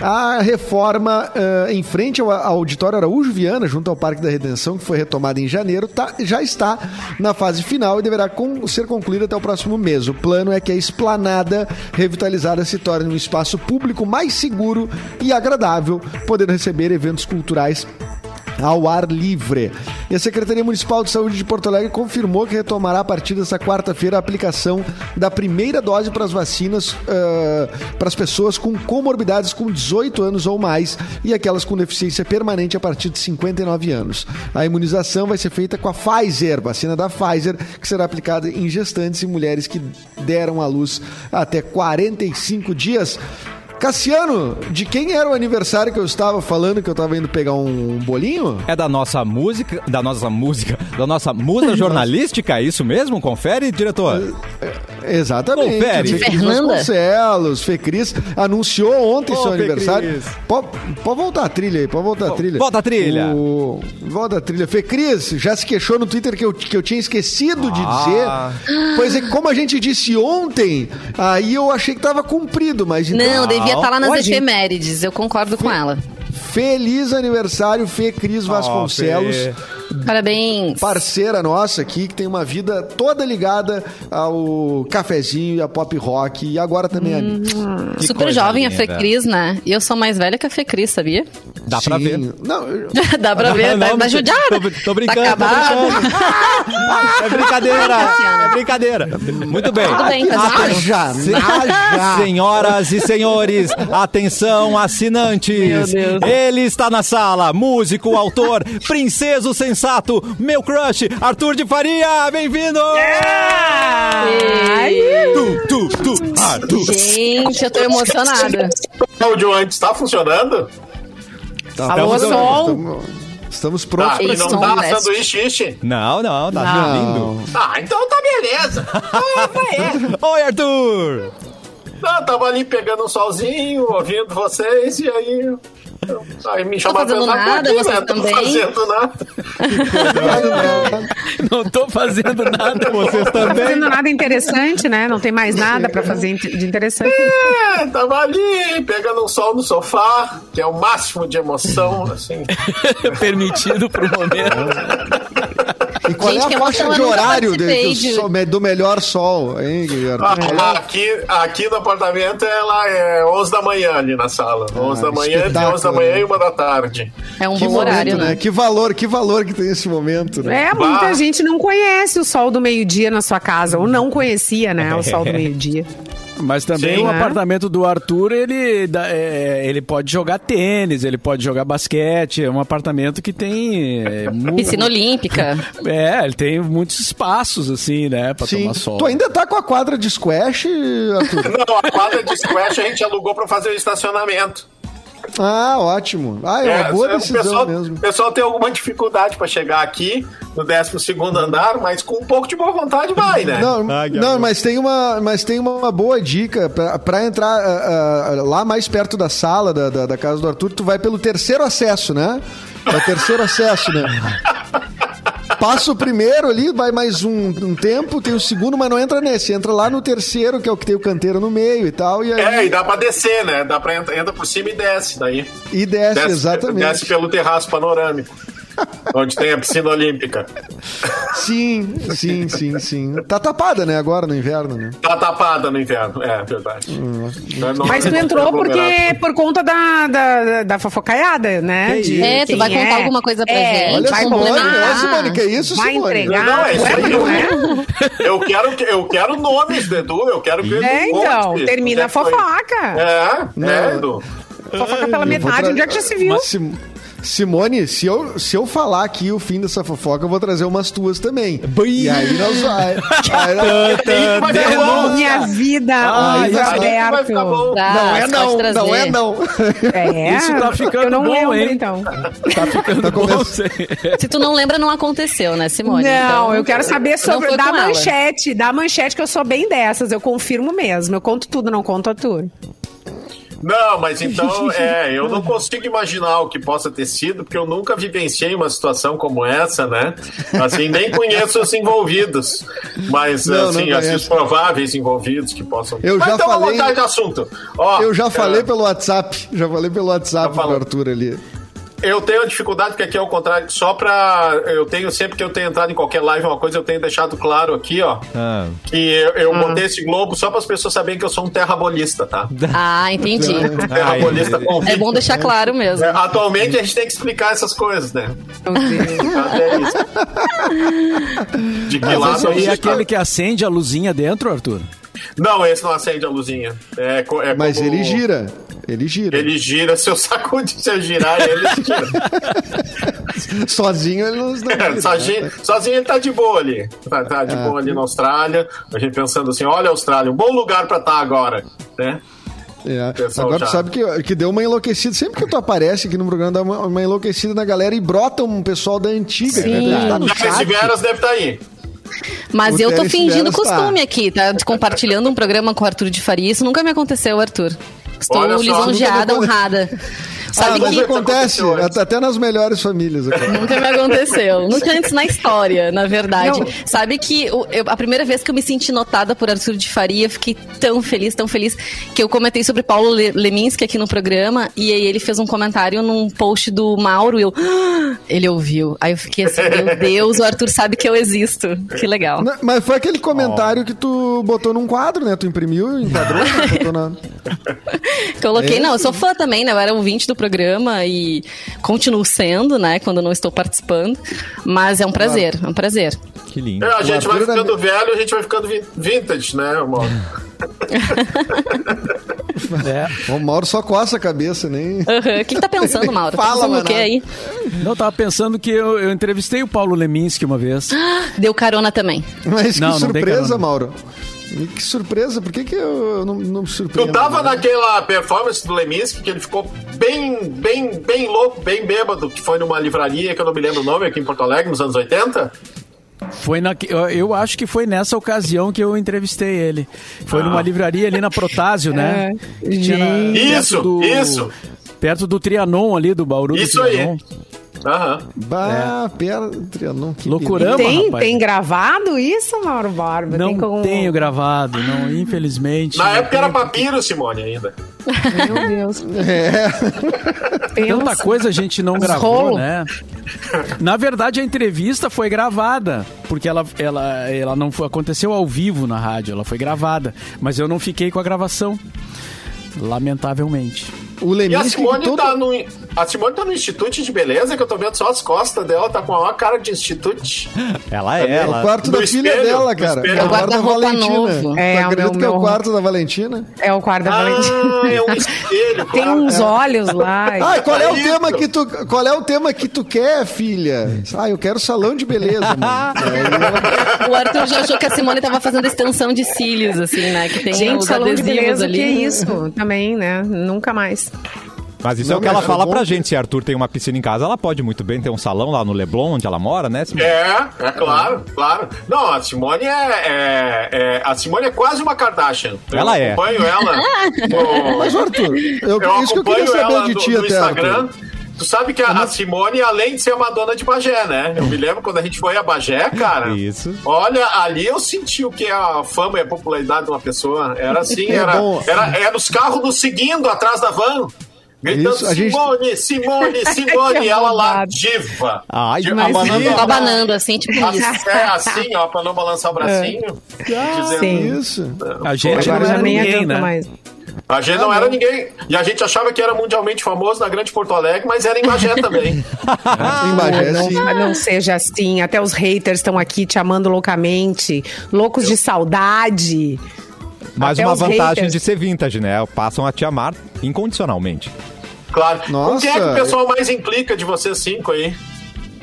Speaker 5: A reforma eh, em frente ao Auditório Araújo Viana, junto ao Parque da Redenção, que foi retomada em janeiro, tá- já está na fase final e deverá con- ser concluída até o próximo mês. O plano é que a esplanada revitalizada se torne um espaço público mais seguro e agradável, podendo receber eventos culturais ao ar livre. E a Secretaria Municipal de Saúde de Porto Alegre confirmou que retomará a partir dessa quarta-feira a aplicação da primeira dose para as vacinas ah, para as pessoas com comorbidades com 18 anos ou mais e aquelas com deficiência permanente a partir de 59 anos. A imunização vai ser feita com a Pfizer, vacina da Pfizer, que será aplicada em gestantes e mulheres que deram à luz até 45 dias. Cassiano, de quem era o aniversário que eu estava falando que eu estava indo pegar um bolinho?
Speaker 1: É da nossa música, da nossa música, da nossa musa jornalística, é isso mesmo? Confere, diretor.
Speaker 5: Exatamente.
Speaker 1: Confere.
Speaker 5: Fê Cris
Speaker 2: Fernanda.
Speaker 5: Vasconcelos, Fê Cris anunciou ontem
Speaker 1: Ô,
Speaker 5: seu
Speaker 1: Fê
Speaker 5: aniversário.
Speaker 1: Cris.
Speaker 5: Pode, pode voltar a trilha aí, pode voltar a trilha.
Speaker 1: volta a trilha.
Speaker 5: O- Volta a trilha. Fê Cris já se queixou no Twitter que eu, que eu tinha esquecido
Speaker 1: Ah.
Speaker 5: de dizer. Pois é, que como a gente disse ontem, aí eu achei que estava cumprido, mas então-
Speaker 2: Não, devia estar lá nas
Speaker 1: Olha, gente.
Speaker 2: efemérides. Eu concordo com ela.
Speaker 5: Feliz aniversário, Fê Cris Vasconcelos.
Speaker 1: Fê.
Speaker 2: Parabéns.
Speaker 5: parceira nossa aqui, que tem uma vida toda ligada ao cafezinho e a pop rock. E agora também a
Speaker 2: Hum.
Speaker 5: mim.
Speaker 1: Que
Speaker 2: Super
Speaker 1: coisa
Speaker 2: jovem a
Speaker 1: linda.
Speaker 2: Fê Cris, né? E eu sou mais velha que a Fê Cris, sabia?
Speaker 1: Dá pra
Speaker 5: Sim.
Speaker 1: ver.
Speaker 5: Não, eu-
Speaker 2: Dá pra ver,
Speaker 1: Não,
Speaker 2: tá,
Speaker 1: não,
Speaker 2: tá
Speaker 1: tô-
Speaker 2: judiada.
Speaker 1: Tô, tô brincando,
Speaker 2: tá
Speaker 1: tô
Speaker 2: acabada.
Speaker 1: brincando. É brincadeira,
Speaker 2: Cassiano.
Speaker 1: é brincadeira. Muito bem. Ah,
Speaker 2: Tudo bem, então. Cassiano.
Speaker 5: Naja,
Speaker 1: Se- ah,
Speaker 5: naja.
Speaker 1: Senhoras e senhores, atenção, assinantes.
Speaker 2: Meu Deus.
Speaker 1: Ele está na sala, músico, autor, princeso sensato, meu crush, Arthur de Faria, bem-vindo!
Speaker 2: Ai,
Speaker 1: Tu, tu, Ah, tu, Arthur.
Speaker 2: Gente, eu tô emocionada.
Speaker 6: O áudio antes tá funcionando?
Speaker 2: Alô,
Speaker 5: estamos-
Speaker 2: som.
Speaker 5: estamos- Estamos
Speaker 6: Tá,
Speaker 5: prontos
Speaker 6: e
Speaker 5: para
Speaker 6: não
Speaker 2: som
Speaker 6: tá
Speaker 2: leste.
Speaker 6: sanduíche, ishi?
Speaker 1: Não, não, tá
Speaker 5: Não.
Speaker 1: lindo.
Speaker 6: Ah, então tá beleza. Então é, é.
Speaker 1: Oi, Arthur!
Speaker 6: Não, tava tá, ali pegando um solzinho, ouvindo vocês, e aí. Aí me chamaram
Speaker 2: Tá fazendo
Speaker 6: pra entrar
Speaker 2: nada,
Speaker 6: aqui,
Speaker 2: vocês
Speaker 6: né? Tô
Speaker 2: também?
Speaker 6: fazendo nada.
Speaker 5: né?
Speaker 3: Não tô fazendo nada.
Speaker 1: Vocês
Speaker 4: Não tá
Speaker 1: também?
Speaker 4: fazendo nada interessante, né? Não tem mais nada pra fazer inte- de interessante.
Speaker 6: É, tava ali pegando um sol no sofá, que é o máximo de emoção, assim.
Speaker 3: Permitido pro momento.
Speaker 5: E Qual
Speaker 2: gente
Speaker 5: é a
Speaker 2: que é
Speaker 5: faixa
Speaker 2: mortadela,
Speaker 5: de
Speaker 2: eu nunca
Speaker 5: horário de-
Speaker 2: participei
Speaker 5: do,
Speaker 2: de-
Speaker 5: sol- do melhor sol, hein, Guilherme?
Speaker 6: Ah,
Speaker 2: É.
Speaker 6: aqui, aqui no apartamento ela é 11 da manhã ali na sala.
Speaker 2: Ah,
Speaker 6: 11 da manhã, entre 11 da
Speaker 5: espetáculo,
Speaker 6: manhã
Speaker 5: né?
Speaker 6: e 1 da tarde.
Speaker 2: É um
Speaker 5: que
Speaker 2: bom
Speaker 5: momento,
Speaker 2: horário, né?
Speaker 5: Que valor, que valor que tem esse momento, né?
Speaker 4: É, muita
Speaker 6: Bah.
Speaker 4: gente não conhece o sol do meio-dia na sua casa, ou não conhecia, né, o sol do meio-dia.
Speaker 3: Mas também
Speaker 6: Sim,
Speaker 3: o
Speaker 4: né?
Speaker 3: apartamento do Arthur, ele, dá- é, ele pode jogar tênis, ele pode jogar basquete. É um apartamento que tem. É, mu-
Speaker 2: Piscina olímpica.
Speaker 3: é, ele tem muitos espaços, assim, né? Pra
Speaker 5: Sim.
Speaker 3: tomar sol.
Speaker 5: Tu ainda tá com a quadra de squash, Arthur?
Speaker 6: Não, a quadra de squash a gente alugou pra fazer o estacionamento.
Speaker 5: ah, ótimo. Ah, é uma
Speaker 6: É,
Speaker 5: boa
Speaker 6: o
Speaker 5: decisão
Speaker 6: pessoal,
Speaker 5: mesmo.
Speaker 6: o pessoal tem alguma dificuldade pra chegar aqui no 12 segundo andar, mas com um pouco de boa vontade vai, né?
Speaker 5: Não,
Speaker 1: Ah, que
Speaker 5: não
Speaker 1: amor.
Speaker 5: mas, tem uma, mas tem uma boa dica pra- pra entrar ah, ah, lá mais perto da sala da, da, da casa do Arthur. Tu vai pelo terceiro acesso, né? É o terceiro acesso, né? Passa o primeiro ali, vai mais um, um tempo, tem o segundo, mas não entra nesse. Entra lá no terceiro, que é o que tem o canteiro no meio e tal. E,
Speaker 6: É,
Speaker 5: aí,
Speaker 6: e dá pra descer, né? Dá pra entra, entra por cima e desce daí.
Speaker 5: e desce, exatamente.
Speaker 6: Desce pelo terraço panorâmico. onde tem a piscina olímpica.
Speaker 5: Sim, sim, sim, sim. Tá tapada, né? Agora no inverno, né?
Speaker 6: Tá tapada no inverno, é verdade.
Speaker 5: Hum,
Speaker 6: Então é normal
Speaker 4: Mas tu
Speaker 6: que
Speaker 4: entrou
Speaker 6: tenha aglomerado.
Speaker 4: porque por conta da, da, da fofocaiada, né?
Speaker 5: Que
Speaker 4: De
Speaker 5: isso.
Speaker 2: É, tu
Speaker 4: quem É,
Speaker 2: vai contar alguma coisa pra gente,
Speaker 5: Olha,
Speaker 2: vai
Speaker 5: Simone,
Speaker 2: complementar.
Speaker 5: olha, Simone, que isso,
Speaker 4: Vai
Speaker 5: Simone?
Speaker 4: entregar,
Speaker 6: Não, é isso
Speaker 4: não é,
Speaker 6: aí,
Speaker 4: mas não é?
Speaker 6: Eu quero, que- eu quero nomes do Edu, eu quero que o Edu
Speaker 4: É, então,
Speaker 6: conte.
Speaker 4: termina a
Speaker 6: Onde é que foi?
Speaker 4: fofoca.
Speaker 6: É,
Speaker 5: Não.
Speaker 6: né, Edu?
Speaker 4: Fofoca pela
Speaker 5: Eu vou
Speaker 4: metade,
Speaker 5: tra-
Speaker 4: onde é que já se viu?
Speaker 5: Mas, Sim- Simone, se eu, se eu falar aqui o fim dessa fofoca, eu vou trazer umas tuas também. E aí nós vai. aí nós-
Speaker 6: Aí vai
Speaker 4: é
Speaker 6: ficar bom.
Speaker 4: Minha vida,
Speaker 3: Ah,
Speaker 4: Luiz
Speaker 3: isso aí
Speaker 6: Aí vai
Speaker 4: Alberto.
Speaker 6: ficar bom.
Speaker 2: Tá,
Speaker 5: não é
Speaker 2: pode
Speaker 5: não,
Speaker 2: trazer.
Speaker 5: não é não.
Speaker 4: É,
Speaker 3: Isso tá ficando
Speaker 4: eu não
Speaker 3: bom,
Speaker 4: lembro,
Speaker 3: hein?
Speaker 4: então.
Speaker 3: Tá ficando
Speaker 5: Tá
Speaker 3: bom.
Speaker 5: começando.
Speaker 2: Se tu não lembra, não aconteceu, né, Simone?
Speaker 4: não,
Speaker 2: Então,
Speaker 4: eu quero saber
Speaker 2: não
Speaker 4: sobre
Speaker 2: foi
Speaker 4: da
Speaker 2: com ela.
Speaker 4: manchete, da manchete que eu sou bem dessas, eu confirmo mesmo. Eu conto tudo, não conto a tudo.
Speaker 6: Não, mas então, é, eu não consigo imaginar o que possa ter sido, porque eu nunca vivenciei uma situação como essa, né? Assim, nem conheço os envolvidos, mas,
Speaker 5: Não, não
Speaker 6: assim, assim,
Speaker 5: conheço.
Speaker 6: os prováveis envolvidos que possam...
Speaker 5: Eu
Speaker 6: mas
Speaker 5: já
Speaker 6: então
Speaker 5: falei-
Speaker 6: vamos mudar de assunto. Ó,
Speaker 5: Eu já falei
Speaker 6: é,
Speaker 5: pelo WhatsApp. Já falei pelo WhatsApp
Speaker 6: Tá
Speaker 5: pro
Speaker 6: falando.
Speaker 5: Arthur ali.
Speaker 6: Eu tenho dificuldade, porque aqui é o contrário, só pra... Eu tenho, sempre que eu tenho entrado em qualquer live, uma coisa eu tenho deixado claro aqui, ó,
Speaker 1: Ah.
Speaker 6: que eu, eu botei esse globo só para as pessoas saberem que eu sou um terrabolista, tá? Um
Speaker 2: Ah, entendi.
Speaker 6: Terrabolista
Speaker 2: É
Speaker 6: convicto.
Speaker 2: bom deixar claro mesmo.
Speaker 6: É, Atualmente a gente tem que explicar essas coisas, né?
Speaker 4: Meu Deus.
Speaker 6: Até é isso. De que
Speaker 5: é
Speaker 6: lado a
Speaker 3: E
Speaker 6: gente
Speaker 3: é aquele
Speaker 6: tá?
Speaker 3: que acende a luzinha dentro, Arthur?
Speaker 6: Não, esse não acende a luzinha. É, co- é
Speaker 5: Mas
Speaker 6: como-
Speaker 5: ele gira. Ele gira.
Speaker 6: Ele gira, se eu sacudir, se eu girar, ele gira.
Speaker 5: Sozinho ele não. não gira,
Speaker 6: sozinho,
Speaker 5: né?
Speaker 6: sozinho ele tá de boa ali. Tá, tá de boa ali na Austrália. A gente pensando assim, olha Austrália, um bom lugar pra estar agora, né?
Speaker 5: É.
Speaker 6: pessoal
Speaker 5: Agora tu
Speaker 6: já-
Speaker 5: sabe que, que deu uma enlouquecida. Sempre que tu aparece aqui no programa, dá uma, uma enlouquecida na galera e brota um pessoal da antiga. é que deve estar no
Speaker 6: Já que
Speaker 5: chat.
Speaker 6: esse Veras deve estar aí.
Speaker 2: Mas
Speaker 5: O
Speaker 2: eu tô
Speaker 5: Teres
Speaker 2: fingindo
Speaker 5: Veras tá.
Speaker 2: costume aqui, tá? Compartilhando um programa com o Arthur de Faria. Isso nunca me aconteceu, Arthur. Estou
Speaker 6: Olha só,
Speaker 2: lisonjeada,
Speaker 5: nunca me
Speaker 2: honrada.
Speaker 5: Ah,
Speaker 2: Sabe
Speaker 5: mas
Speaker 2: que
Speaker 5: acontece,
Speaker 6: aconteceu antes.
Speaker 5: até nas melhores famílias. acontece.
Speaker 2: Nunca me aconteceu. Nunca antes na história, na verdade.
Speaker 4: Não.
Speaker 2: Sabe que o- eu- a primeira vez que eu me senti notada por Arthur de Faria, eu fiquei tão feliz, tão feliz, que eu comentei sobre Paulo Le- Leminski aqui no programa, e aí ele fez um comentário num post do Mauro, e eu... "Ah!" Ele ouviu. Aí eu fiquei assim, meu Deus, o Arthur sabe que eu existo. Que legal.
Speaker 5: Não, Né, Mas foi aquele comentário que tu botou num quadro, né? Tu imprimiu, enquadrou, né? botou na... é
Speaker 2: Coloquei, não, eu sou fã também, né? Eu era ouvinte do programa e continuo sendo, né? Quando não estou participando. Mas é um prazer, é um prazer.
Speaker 1: Que lindo.
Speaker 6: É, a gente vai
Speaker 5: Arthur era-
Speaker 6: ficando velho, a gente vai ficando vin- vintage, né, amor?
Speaker 3: É.
Speaker 5: O Mauro só coça a cabeça, nem...
Speaker 2: Aham. O que, que tá pensando, Mauro?
Speaker 5: Fala,
Speaker 2: tá pensando o
Speaker 5: Maná.
Speaker 2: quê aí?
Speaker 3: Não, eu tava pensando que eu, eu entrevistei o Paulo Leminski uma vez.
Speaker 2: Deu carona também.
Speaker 5: Mas que
Speaker 3: Não, não tem
Speaker 5: surpresa,
Speaker 3: carona.
Speaker 5: Mauro. E Que surpresa, por que que eu não, não me surpreendo?
Speaker 6: Tu tava
Speaker 5: né?
Speaker 6: naquela performance do Leminski que ele ficou bem, bem, bem louco, bem bêbado, que foi numa livraria que eu não me lembro o nome, aqui em Porto Alegre, nos anos 80?
Speaker 3: Foi na, eu, eu acho que foi nessa ocasião que eu entrevistei ele. Foi numa livraria ali na Protásio, né?
Speaker 4: Ah. É.
Speaker 3: Que tinha na-
Speaker 6: Gente.
Speaker 3: perto
Speaker 6: Isso, isso.
Speaker 3: Perto do Trianon ali, do Bauru
Speaker 6: Isso
Speaker 3: do
Speaker 6: aí.
Speaker 3: Trianon.
Speaker 6: Aham.
Speaker 5: Bah,
Speaker 3: É.
Speaker 5: pera, Trianon, que
Speaker 3: Loucurão.
Speaker 5: beleza.
Speaker 4: Tem,
Speaker 3: rapaz.
Speaker 4: tem gravado isso, Mauro Borba?
Speaker 3: Não
Speaker 4: tem como-
Speaker 3: tenho gravado, não, infelizmente.
Speaker 6: Na
Speaker 3: Não
Speaker 6: época era
Speaker 3: tenho.
Speaker 6: papiro, Simone, ainda.
Speaker 4: Meu Deus.
Speaker 5: É,
Speaker 3: Tanta coisa a gente não gravou,
Speaker 4: rolo.
Speaker 3: né? Na verdade, a entrevista foi gravada, porque ela, ela, ela não foi, aconteceu ao vivo na rádio, ela foi gravada. Mas eu não fiquei com a gravação. Lamentavelmente.
Speaker 5: O
Speaker 6: E a
Speaker 5: Leminski que
Speaker 6: Simone,
Speaker 5: todo...
Speaker 6: tá no, a Simone tá no Instituto de Beleza, que eu tô vendo só as costas dela, tá com a maior cara de Instituto.
Speaker 1: Ela é,
Speaker 5: É o
Speaker 1: ela.
Speaker 5: quarto
Speaker 6: No
Speaker 5: da filha
Speaker 6: espelho,
Speaker 5: dela,
Speaker 6: no
Speaker 5: cara.
Speaker 6: espelho.
Speaker 5: É o quarto da
Speaker 2: Guarda-roupa
Speaker 5: Valentina.
Speaker 2: novo.
Speaker 5: É,
Speaker 4: É,
Speaker 5: tu
Speaker 4: o
Speaker 5: acredita
Speaker 4: meu-
Speaker 5: que é o
Speaker 4: meu-
Speaker 5: quarto da Valentina?
Speaker 4: É o quarto da Valentina.
Speaker 6: Ah, é um espelho.
Speaker 4: Tem
Speaker 6: claro.
Speaker 4: uns olhos lá. e-
Speaker 5: Ah, qual é o
Speaker 6: Isso.
Speaker 5: tema que tu, qual é o tema que tu quer, filha? Ah, eu quero salão de beleza, mano.
Speaker 2: O Arthur já achou que a Simone tava fazendo extensão de cílios, assim, né? Que tem
Speaker 4: Gente,
Speaker 2: os
Speaker 4: salão de
Speaker 2: adesivos
Speaker 4: beleza, o
Speaker 2: ali.
Speaker 4: que é isso? Também, né? Nunca mais.
Speaker 1: Mas isso é
Speaker 5: Não,
Speaker 1: o que ela
Speaker 5: mas é
Speaker 1: fala
Speaker 5: bom
Speaker 1: pra
Speaker 5: que-
Speaker 1: gente. Se Arthur tem uma piscina em casa, ela pode muito bem ter um salão lá no Leblon, onde ela mora, né? Simone?
Speaker 6: É, é claro, claro. Não, a Simone é, é- é- A Simone é quase uma Kardashian. Eu
Speaker 1: Ela é.
Speaker 6: acompanho ela. no-
Speaker 5: Mas, Arthur, eu,
Speaker 6: eu
Speaker 5: isso que eu queria
Speaker 6: acompanho
Speaker 5: saber
Speaker 6: ela
Speaker 5: de
Speaker 6: no-
Speaker 5: ti
Speaker 6: no
Speaker 5: até,
Speaker 6: Instagram.
Speaker 5: Arthur. Uhum.
Speaker 6: Tu sabe que a, a Simone, além de ser uma dona de Bagé, né? Eu me lembro quando a gente foi a Bagé, cara.
Speaker 1: Isso.
Speaker 6: Olha, ali eu senti o que é a fama e a popularidade de uma pessoa. Era assim,
Speaker 5: É
Speaker 6: era,
Speaker 5: bom.
Speaker 6: era, era os carros nos seguindo atrás da van. Gritando,
Speaker 5: Isso, a gente-
Speaker 6: Simone, Simone, Simone,
Speaker 4: Que
Speaker 6: e ela lá,
Speaker 4: bobagem.
Speaker 6: diva.
Speaker 1: Ai,
Speaker 6: Diva,
Speaker 1: mas-
Speaker 6: abanando-
Speaker 2: Tá abanando, assim, tipo
Speaker 5: Ah,
Speaker 2: isso.
Speaker 6: É assim, ó, pra não balançar o bracinho. Dizendo,
Speaker 4: É. Sim.
Speaker 5: Isso.
Speaker 3: A gente
Speaker 4: Agora
Speaker 3: não
Speaker 4: já
Speaker 3: era
Speaker 4: nem
Speaker 3: ninguém,
Speaker 4: adianta
Speaker 3: né?
Speaker 4: mais.
Speaker 6: A gente não era ninguém. E a gente achava que era mundialmente famoso na Grande Porto Alegre, mas era em Bagé também.
Speaker 5: em
Speaker 3: É
Speaker 5: Bagé,
Speaker 4: não,
Speaker 5: sim.
Speaker 4: não seja assim. Até os haters estão aqui te amando loucamente. Loucos de saudade.
Speaker 1: Mais
Speaker 4: Até
Speaker 1: uma
Speaker 4: os
Speaker 1: vantagem
Speaker 4: haters.
Speaker 1: de ser vintage, né? Passam a te amar incondicionalmente.
Speaker 6: Claro.
Speaker 5: Nossa.
Speaker 6: Com quem é que o pessoal mais implica de vocês cinco aí?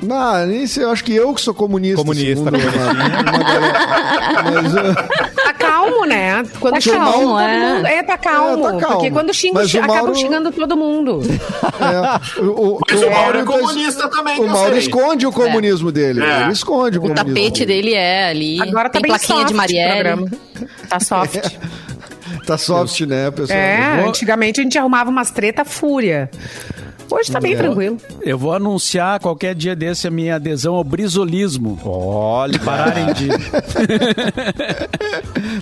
Speaker 5: Não, nem sei, eu acho que eu que sou comunista.
Speaker 1: Comunista,
Speaker 5: segundo uma- uma galera. Mas, uh,
Speaker 4: Tá calmo, né? Quando
Speaker 2: Tá
Speaker 4: xinga
Speaker 2: calmo,
Speaker 4: todo
Speaker 2: é.
Speaker 4: mundo- É, tá calmo.
Speaker 5: É, tá calmo.
Speaker 4: Porque quando xinga,
Speaker 5: Mas o
Speaker 4: acabam
Speaker 5: Mauro-
Speaker 4: xingando todo mundo.
Speaker 5: é, o,
Speaker 6: Mas o Mauro é
Speaker 5: tá-
Speaker 6: comunista também, que
Speaker 5: O
Speaker 6: eu
Speaker 5: Mauro
Speaker 6: sei.
Speaker 5: esconde o comunismo dele.
Speaker 6: É.
Speaker 5: Ele esconde o,
Speaker 2: O
Speaker 5: comunismo.
Speaker 2: tapete dele é ali.
Speaker 4: Agora tá
Speaker 2: tem
Speaker 4: bem
Speaker 2: plaquinha
Speaker 4: soft
Speaker 2: de
Speaker 4: o
Speaker 2: Marielle.
Speaker 4: programa. Tá soft.
Speaker 5: Tá soft, né, pessoal?
Speaker 4: É,
Speaker 3: vou-
Speaker 4: antigamente a gente arrumava umas treta fúria. Hoje tá bem
Speaker 5: É.
Speaker 4: tranquilo.
Speaker 3: Eu vou anunciar qualquer dia desse a minha adesão ao brisolismo.
Speaker 1: Olha,
Speaker 3: Pararem de.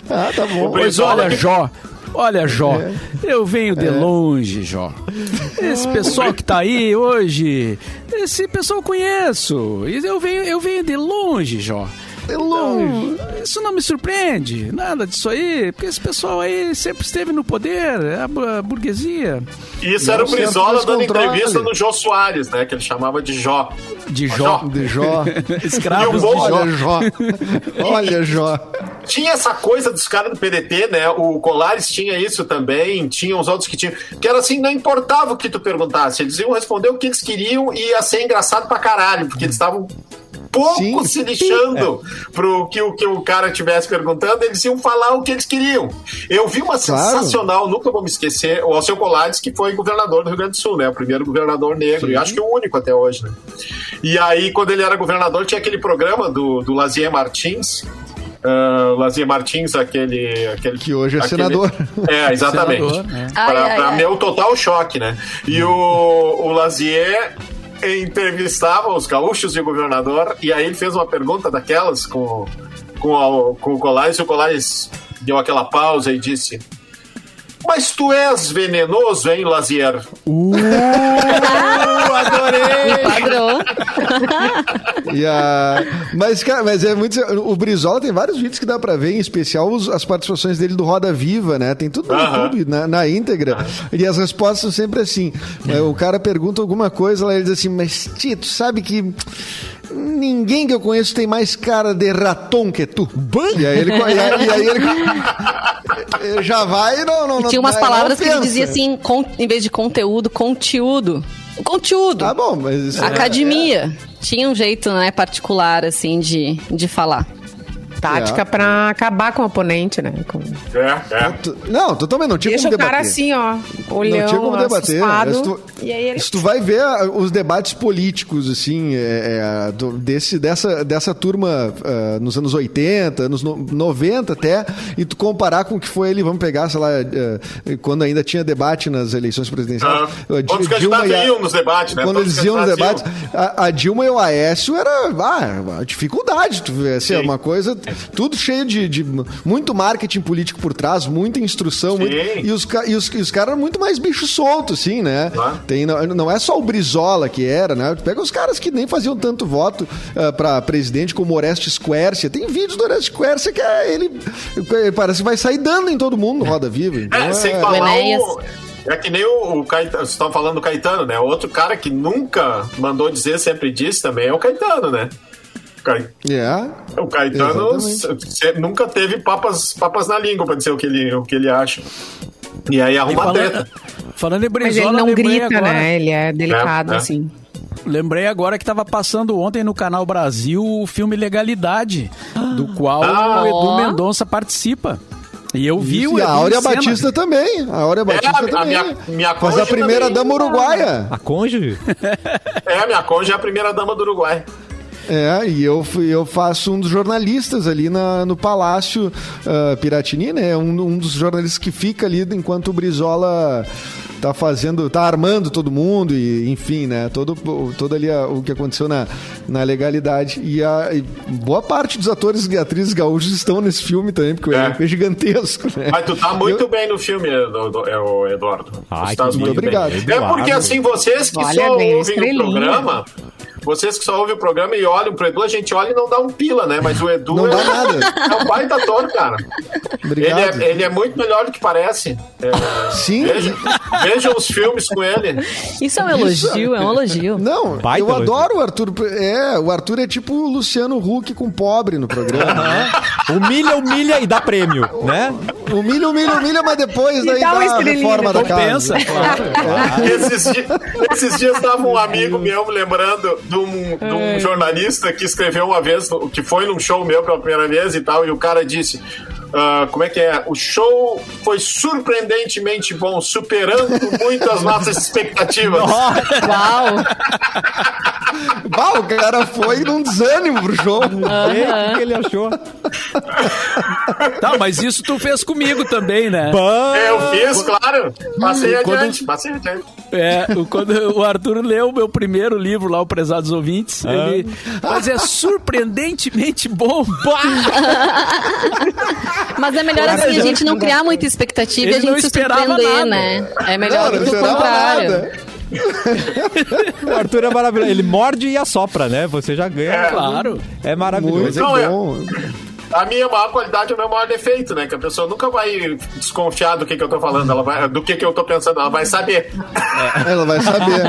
Speaker 5: Ah, tá bom.
Speaker 3: Pois olha, Jó. Olha, Jó, eu venho de longe, Jó. Esse pessoal que tá aí hoje, esse pessoal eu conheço. E Eu venho, eu venho de longe, Jó. Então,
Speaker 5: É longe.
Speaker 3: Isso não me surpreende, nada disso aí, porque esse pessoal aí sempre esteve no poder, é a bu- a burguesia
Speaker 6: Isso
Speaker 5: Não,
Speaker 6: era o
Speaker 5: sempre
Speaker 6: Brizola
Speaker 5: faz
Speaker 6: dando
Speaker 5: controle.
Speaker 6: entrevista no Jô Soares, né? Que ele chamava de Jó.
Speaker 3: de Jó,
Speaker 5: De Jó.
Speaker 3: escravos
Speaker 6: E o
Speaker 3: de Jó.
Speaker 5: Olha, Jó. Olha, Jó.
Speaker 6: Tinha essa coisa dos caras do PDT, né? O Colares tinha isso também, tinha os outros que tinham. Que era assim, não importava o que tu perguntasse, eles iam responder o que eles queriam e ia ser engraçado pra caralho, porque eles estavam pouco
Speaker 5: Sim. É.
Speaker 6: se lixando pro que, o- que o cara estivesse perguntando, eles iam falar o que eles queriam. Eu vi uma sensacional, nunca vou me esquecer, o Alceu Colares, que foi governador do Rio Grande do Sul, né? O primeiro governador negro, e acho que o único até hoje, né? E aí, quando ele era governador, tinha aquele programa do, do Lazier Martins. Ah, o Lazier Martins, aquele, aquele.
Speaker 5: Que hoje é
Speaker 6: aquele-
Speaker 5: senador.
Speaker 6: É, exatamente.
Speaker 3: Senador, né?
Speaker 2: Ai, ai,
Speaker 6: Para
Speaker 2: ai.
Speaker 6: meu total choque, né? E o, o Lazier entrevistava os gaúchos e o governador, e aí ele fez uma pergunta daquelas com, com, a- com o Colares, e o Colares deu aquela pausa e disse. Mas tu és venenoso, hein, Lazier? Uh, adorei!
Speaker 2: Enquadrou.
Speaker 5: E a... Mas, cara, mas é muito. O Brizola tem vários vídeos que dá pra ver, em especial os- as participações dele do Roda Viva, né? Tem tudo no
Speaker 6: Aham.
Speaker 5: YouTube, na, na íntegra. E as respostas são sempre assim. É, O cara pergunta alguma coisa, lá ele diz assim, mas Tito, sabe que. Ninguém que eu conheço tem mais cara de raton que tu. E aí ele. E aí, e aí ele já vai e não, não, não.
Speaker 2: Tinha umas
Speaker 5: não
Speaker 2: palavras que ele
Speaker 5: pensa.
Speaker 2: dizia assim, con- em vez de conteúdo, conteúdo. Conteúdo.
Speaker 5: Tá bom, mas. isso é-
Speaker 2: Academia. Tinha um jeito, né, particular, assim, de, de falar.
Speaker 5: É.
Speaker 4: Tática pra acabar com o oponente, né? Com-
Speaker 6: É, é.
Speaker 5: Tu- Não, totalmente não tinha
Speaker 4: Deixa
Speaker 5: como
Speaker 4: o cara
Speaker 5: debater.
Speaker 4: assim, ó,
Speaker 5: não tinha
Speaker 4: olhando,
Speaker 5: como debater. né? Se
Speaker 4: assustado.
Speaker 5: tu,
Speaker 4: E aí ele...
Speaker 5: se tu vai ver ah, os debates políticos, assim, é, é, do- desse, dessa, dessa turma ah, nos anos 80, anos no- 90 até, e tu comparar com o que foi ele, vamos pegar, sei lá, eh, quando ainda tinha debate nas eleições presidenciais. eh, Di-
Speaker 6: Quando Ah. os candidatos
Speaker 5: e a-
Speaker 6: iam nos debates, né?
Speaker 5: Quando
Speaker 6: Todos os
Speaker 5: eles iam nos
Speaker 6: candidatos
Speaker 5: debates, a, a Dilma e o Aécio era ah, uma dificuldade, tu vê, assim,
Speaker 6: Sim.
Speaker 5: uma coisa Tudo cheio de, de muito marketing político por trás, muita instrução.
Speaker 6: Sim.
Speaker 5: muito- e os, ca- e os, e os caras eram muito mais bicho solto, assim, né?
Speaker 6: Tá.
Speaker 5: Tem, não, não é só o Brizola que era, né? Tu Pega os caras que nem faziam tanto voto ah, pra presidente, como Orestes Quercia. Tem vídeos do Orestes Quercia que é, ele que parece que vai sair dando em todo mundo, Roda Viva. Então,
Speaker 6: É,
Speaker 5: é,
Speaker 6: sem falar
Speaker 2: Enéas.
Speaker 6: o... É que nem o, o Caetano, vocês estão falando do Caetano, né? Outro cara que nunca mandou dizer, sempre disse também, é o Caetano, né? O Cai-
Speaker 5: é.
Speaker 6: O Caetano
Speaker 5: Exatamente.
Speaker 6: se- se- nunca teve papas, papas na língua pra dizer o que ele, o que ele acha. E aí
Speaker 3: E
Speaker 6: arruma
Speaker 3: falando,
Speaker 6: treta.
Speaker 3: falando em
Speaker 4: Mas ele
Speaker 3: Brizola,
Speaker 4: não
Speaker 3: lembrei
Speaker 4: grita,
Speaker 3: agora,
Speaker 4: né? Ele é delicado,
Speaker 6: É, é.
Speaker 4: assim.
Speaker 3: Lembrei agora que estava passando ontem no canal Brasil o filme Legalidade, do qual
Speaker 6: Ah.
Speaker 3: o Edu
Speaker 2: Ó.
Speaker 3: Mendonça participa. E eu vi
Speaker 5: Isso,
Speaker 3: o
Speaker 5: e a
Speaker 3: Edu em
Speaker 5: Áurea
Speaker 3: cena.
Speaker 5: Batista também. A Áurea Batista
Speaker 6: É, a- a
Speaker 5: também.
Speaker 6: minha-
Speaker 5: Mas
Speaker 6: minha
Speaker 5: a
Speaker 6: cônjuge
Speaker 5: primeira
Speaker 6: também.
Speaker 5: dama uruguaia.
Speaker 1: A Tá cônjuge?
Speaker 6: É, a minha cônjuge é a primeira dama do Uruguai.
Speaker 5: É, e eu, fui- eu faço um dos jornalistas ali na- no Palácio ah, Piratini, né? Um, um dos jornalistas que fica ali enquanto o Brizola tá fazendo, tá armando todo mundo e enfim, né? Todo, todo ali a- o que aconteceu na, na legalidade. E, a, e boa parte dos atores e atrizes gaúchos estão nesse filme também, porque o
Speaker 6: É.
Speaker 5: elenco é gigantesco, né?
Speaker 6: Mas tu tá muito
Speaker 5: Eu-
Speaker 6: bem no filme, Edu- é o Eduardo.
Speaker 1: Ai,
Speaker 6: Tu estás
Speaker 1: que
Speaker 5: muito obrigado.
Speaker 6: É porque assim, vocês que
Speaker 4: Olha,
Speaker 6: só
Speaker 4: ganhou
Speaker 6: ouvem o
Speaker 4: estrelinha.
Speaker 6: programa, vocês que só ouvem o programa e olham pro Edu, a gente olha e não dá um pila, né? Mas o Edu
Speaker 5: Não
Speaker 6: é,
Speaker 5: dá nada.
Speaker 6: é um baita ator, cara. Ele
Speaker 5: Obrigado.
Speaker 6: é, ele é muito melhor do que parece. É,
Speaker 5: Sim.
Speaker 6: vejam, vejam os filmes com ele.
Speaker 2: Isso é um elogio, é um elogio.
Speaker 5: Não,
Speaker 1: Baita
Speaker 5: eu
Speaker 1: elogio.
Speaker 5: adoro o Arthur. É, o Arthur é tipo o Luciano Huck com pobre no programa.
Speaker 1: Humilha, humilha e dá prêmio, né?
Speaker 5: Humilha, humilha, humilha, mas depois
Speaker 4: E
Speaker 5: daí
Speaker 4: dá uma
Speaker 5: dá a
Speaker 4: estrelinha
Speaker 5: reforma da
Speaker 3: Compensa.
Speaker 5: casa.
Speaker 6: Esses dias, esses dias tava um amigo meu me lembrando de um, de um jornalista que escreveu uma vez, no- que foi num show meu pela primeira vez e tal, e o cara disse. ah, como é que é? O show foi surpreendentemente bom, superando muito as nossas expectativas.
Speaker 2: Uau!
Speaker 5: Bah, o cara foi num desânimo pro show.
Speaker 1: E aí,
Speaker 5: né?
Speaker 1: o que que ele achou?
Speaker 3: Tá, mas isso tu fez comigo também, né?
Speaker 1: Pã!
Speaker 6: Eu fiz, claro. Passei
Speaker 5: Quando-
Speaker 6: adiante, passei adiante.
Speaker 3: É, o- quando o Arthur leu o meu primeiro livro lá, o Prezados Ouvintes, ele. Mas é surpreendentemente bom. Bah!
Speaker 2: Mas é melhor assim a gente não criar muita expectativa e
Speaker 3: Ele
Speaker 2: a
Speaker 3: não
Speaker 2: gente se
Speaker 3: esperava
Speaker 2: surpreender,
Speaker 3: nada.
Speaker 2: né? É melhor
Speaker 5: Não,
Speaker 2: do
Speaker 5: não
Speaker 2: que o
Speaker 5: esperava
Speaker 2: contrário.
Speaker 5: nada.
Speaker 1: O Arthur é maravilhoso. Ele morde e assopra, né? Você já ganha.
Speaker 6: É.
Speaker 3: Claro.
Speaker 1: É
Speaker 5: Muito
Speaker 1: maravilhoso.
Speaker 6: Não, é-
Speaker 5: bom.
Speaker 6: A minha maior qualidade é o meu maior defeito, né? Que a pessoa nunca vai desconfiar do que, que eu tô falando, ela vai, do que, que eu tô pensando, ela vai saber.
Speaker 5: Ela vai saber.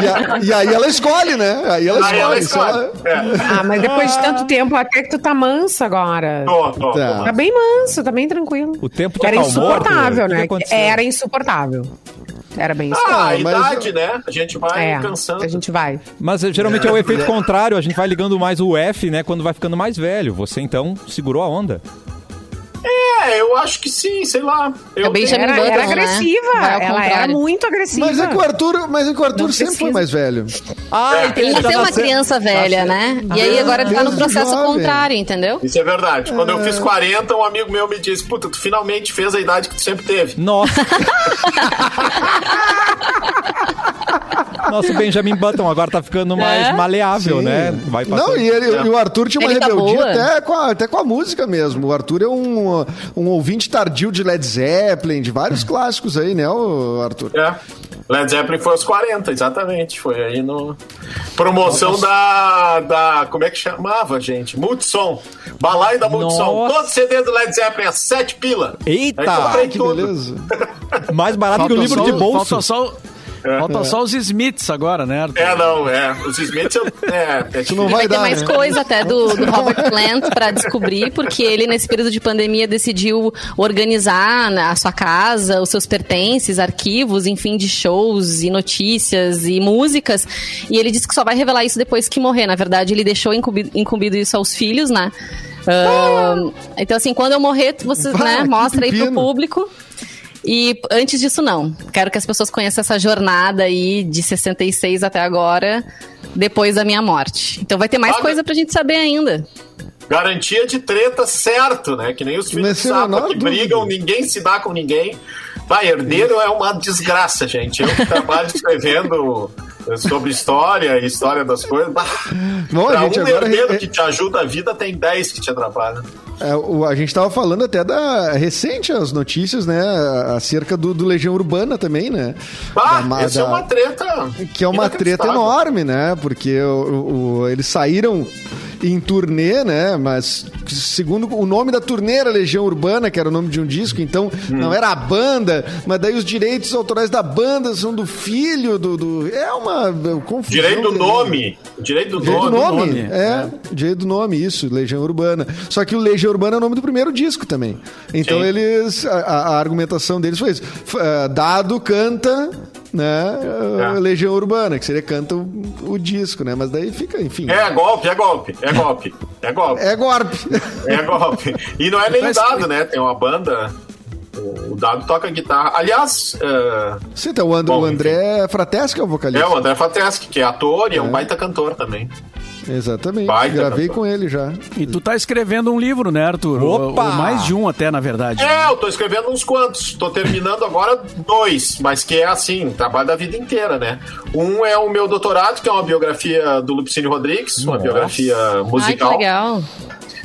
Speaker 5: E, a- e aí ela escolhe, né? Aí ela
Speaker 6: Aí
Speaker 5: escolhe.
Speaker 6: ela
Speaker 5: só- né?
Speaker 6: escolhe. É.
Speaker 4: Ah, mas depois de tanto tempo, até que tu tá manso agora.
Speaker 6: Tô, tô, tô.
Speaker 5: Tá.
Speaker 4: Tá bem manso, tá bem tranquilo.
Speaker 1: O tempo te
Speaker 4: Era
Speaker 1: acalmou,
Speaker 4: insuportável,
Speaker 1: Arthur? O que
Speaker 4: né?
Speaker 1: aconteceu?
Speaker 4: Era insuportável. Era bem
Speaker 6: Ah, a
Speaker 5: Ah,
Speaker 4: insuportável.
Speaker 5: mas
Speaker 6: idade,
Speaker 5: eu-
Speaker 6: né? A gente vai
Speaker 4: é,
Speaker 6: cansando.
Speaker 4: a gente vai.
Speaker 1: Mas é, geralmente é o efeito contrário. A gente vai ligando mais o F, né? Quando vai ficando mais velho. Você então segurou a onda.
Speaker 6: É, eu acho que sim, sei lá. Eu
Speaker 2: É bem
Speaker 6: tenho-
Speaker 2: Benjamin
Speaker 4: Era,
Speaker 2: Button,
Speaker 4: era
Speaker 2: né?
Speaker 4: agressiva.
Speaker 2: Vai ao
Speaker 4: Ela era
Speaker 2: contrário.
Speaker 4: muito agressiva.
Speaker 2: ah.
Speaker 5: Mas é que o Arthur, mas é que o Arthur
Speaker 4: Não
Speaker 5: sempre foi
Speaker 4: precisa.
Speaker 5: mais velho.
Speaker 1: Ah, então
Speaker 2: Ele
Speaker 1: já
Speaker 2: foi uma
Speaker 1: nasceu-
Speaker 2: criança velha, né? E aí agora tá no
Speaker 5: Deus
Speaker 2: processo
Speaker 5: jovem.
Speaker 2: contrário, entendeu?
Speaker 6: Isso é verdade. Quando eu fiz 40, um amigo meu me disse: Puta, tu finalmente fez a idade que tu sempre teve.
Speaker 1: Nossa. Nosso Benjamin Button agora tá ficando mais
Speaker 2: É?
Speaker 1: maleável,
Speaker 5: Sim.
Speaker 1: né? Vai passando.
Speaker 5: Não, e, ele- e o Arthur tinha uma
Speaker 2: Ele tá
Speaker 5: rebeldia
Speaker 2: boa.
Speaker 5: até, com a, até com a música mesmo. O Arthur é um, um ouvinte tardio de Led Zeppelin, de vários clássicos aí, né, o Arthur?
Speaker 6: É. Led Zeppelin foi aos 40, exatamente. Foi aí no. Promoção da, da. Como é que chamava, gente? Multissom. Balai da Multissom.
Speaker 1: Nossa.
Speaker 6: Todo CD do Led Zeppelin é 7 pila.
Speaker 1: Eita!
Speaker 6: Aí comprei
Speaker 5: Que
Speaker 6: tudo.
Speaker 5: beleza.
Speaker 1: Mais barato que o livro
Speaker 3: só,
Speaker 1: de bolso.
Speaker 3: Falta só, falta só os Smiths agora, né, Arthur?
Speaker 6: É, não, é. Os Smiths eu- é, é
Speaker 5: Tu não vai
Speaker 6: difícil.
Speaker 2: Vai ter
Speaker 5: dar.
Speaker 2: mais
Speaker 5: né?
Speaker 2: coisa até do, do Robert Plant pra descobrir, porque ele, nesse período de pandemia, decidiu organizar né, a sua casa, os seus pertences, arquivos, enfim, de shows e notícias e músicas. E ele disse que só vai revelar isso depois que morrer. Na verdade, ele deixou incumbido, incumbido isso aos filhos, né? Ahn, então, assim, quando eu morrer, você
Speaker 5: Bah,
Speaker 2: né,
Speaker 5: que
Speaker 2: mostra aí pro
Speaker 5: pepino.
Speaker 2: público. E antes disso, não. Quero que as pessoas conheçam essa jornada aí de 66 até agora, depois da minha morte. Então vai ter mais
Speaker 6: Olha.
Speaker 2: coisa pra gente saber ainda.
Speaker 6: Garantia de treta certo, né? Que nem os filhos
Speaker 5: Mas
Speaker 6: de
Speaker 5: sem a
Speaker 6: Sapa
Speaker 5: menor
Speaker 6: que
Speaker 5: dúvida.
Speaker 6: brigam, ninguém se dá com ninguém. Vai, herdeiro é uma desgraça, gente. Eu que trabalho escrevendo sobre história e história das coisas. Bah,
Speaker 5: Bom,
Speaker 6: pra
Speaker 5: a gente
Speaker 6: um
Speaker 5: agora-
Speaker 6: herdeiro que te ajuda a vida, tem 10 que te atrapalham.
Speaker 5: É, o- a gente estava falando até da recente as notícias, né? Acerca do, do Legião Urbana também, né? Da
Speaker 6: Bah,
Speaker 5: ma-
Speaker 6: essa é
Speaker 5: da-
Speaker 6: uma treta.
Speaker 5: Que é uma treta
Speaker 6: inacreditável.
Speaker 5: enorme, né? Porque o- o- eles saíram em turnê, né? Mas segundo o nome da turnê era Legião Urbana, que era o nome de um disco, então
Speaker 6: Hum.
Speaker 5: não era a banda, mas daí os direitos autorais da banda são do filho do. do- É uma confusão.
Speaker 6: Direito do
Speaker 5: tremenda.
Speaker 6: nome. Direito do
Speaker 5: Direito do
Speaker 6: nome.
Speaker 5: nome,
Speaker 3: nome,
Speaker 5: é, Direito do nome, isso, Legião Urbana. Só que o Legião Urbana é o nome do primeiro disco também. Então
Speaker 6: Sim.
Speaker 5: eles, a, a- a argumentação deles foi isso. F- ah, Dado canta, né, ah,
Speaker 6: É.
Speaker 5: Legião Urbana, que seria canta o, o disco, né, mas daí fica, enfim.
Speaker 6: É golpe, é golpe, é golpe, é golpe,
Speaker 5: É golpe.
Speaker 6: é golpe. E não é nem o dado, né? Tem uma banda. o- O dado toca guitarra. Aliás, eh,
Speaker 5: Sim, então o, And-
Speaker 6: Bom,
Speaker 5: o André Frateschi que é o
Speaker 6: é
Speaker 5: vocalista.
Speaker 6: o André Fateschi, que é ator e é um baita cantor também.
Speaker 5: Exatamente.
Speaker 6: É Baita
Speaker 5: Gravei
Speaker 6: cantor.
Speaker 5: com ele já.
Speaker 3: E tu tá escrevendo um livro, né, Arthur?
Speaker 1: Opa!
Speaker 3: Ou- ou mais de um até, na verdade.
Speaker 6: É, eu tô escrevendo uns quantos. Tô terminando agora dois, mas que é assim, trabalho da vida inteira, né? Um é o meu doutorado, que é uma biografia do Lupicínio Rodrigues, uma biografia musical.
Speaker 2: Ai, que legal.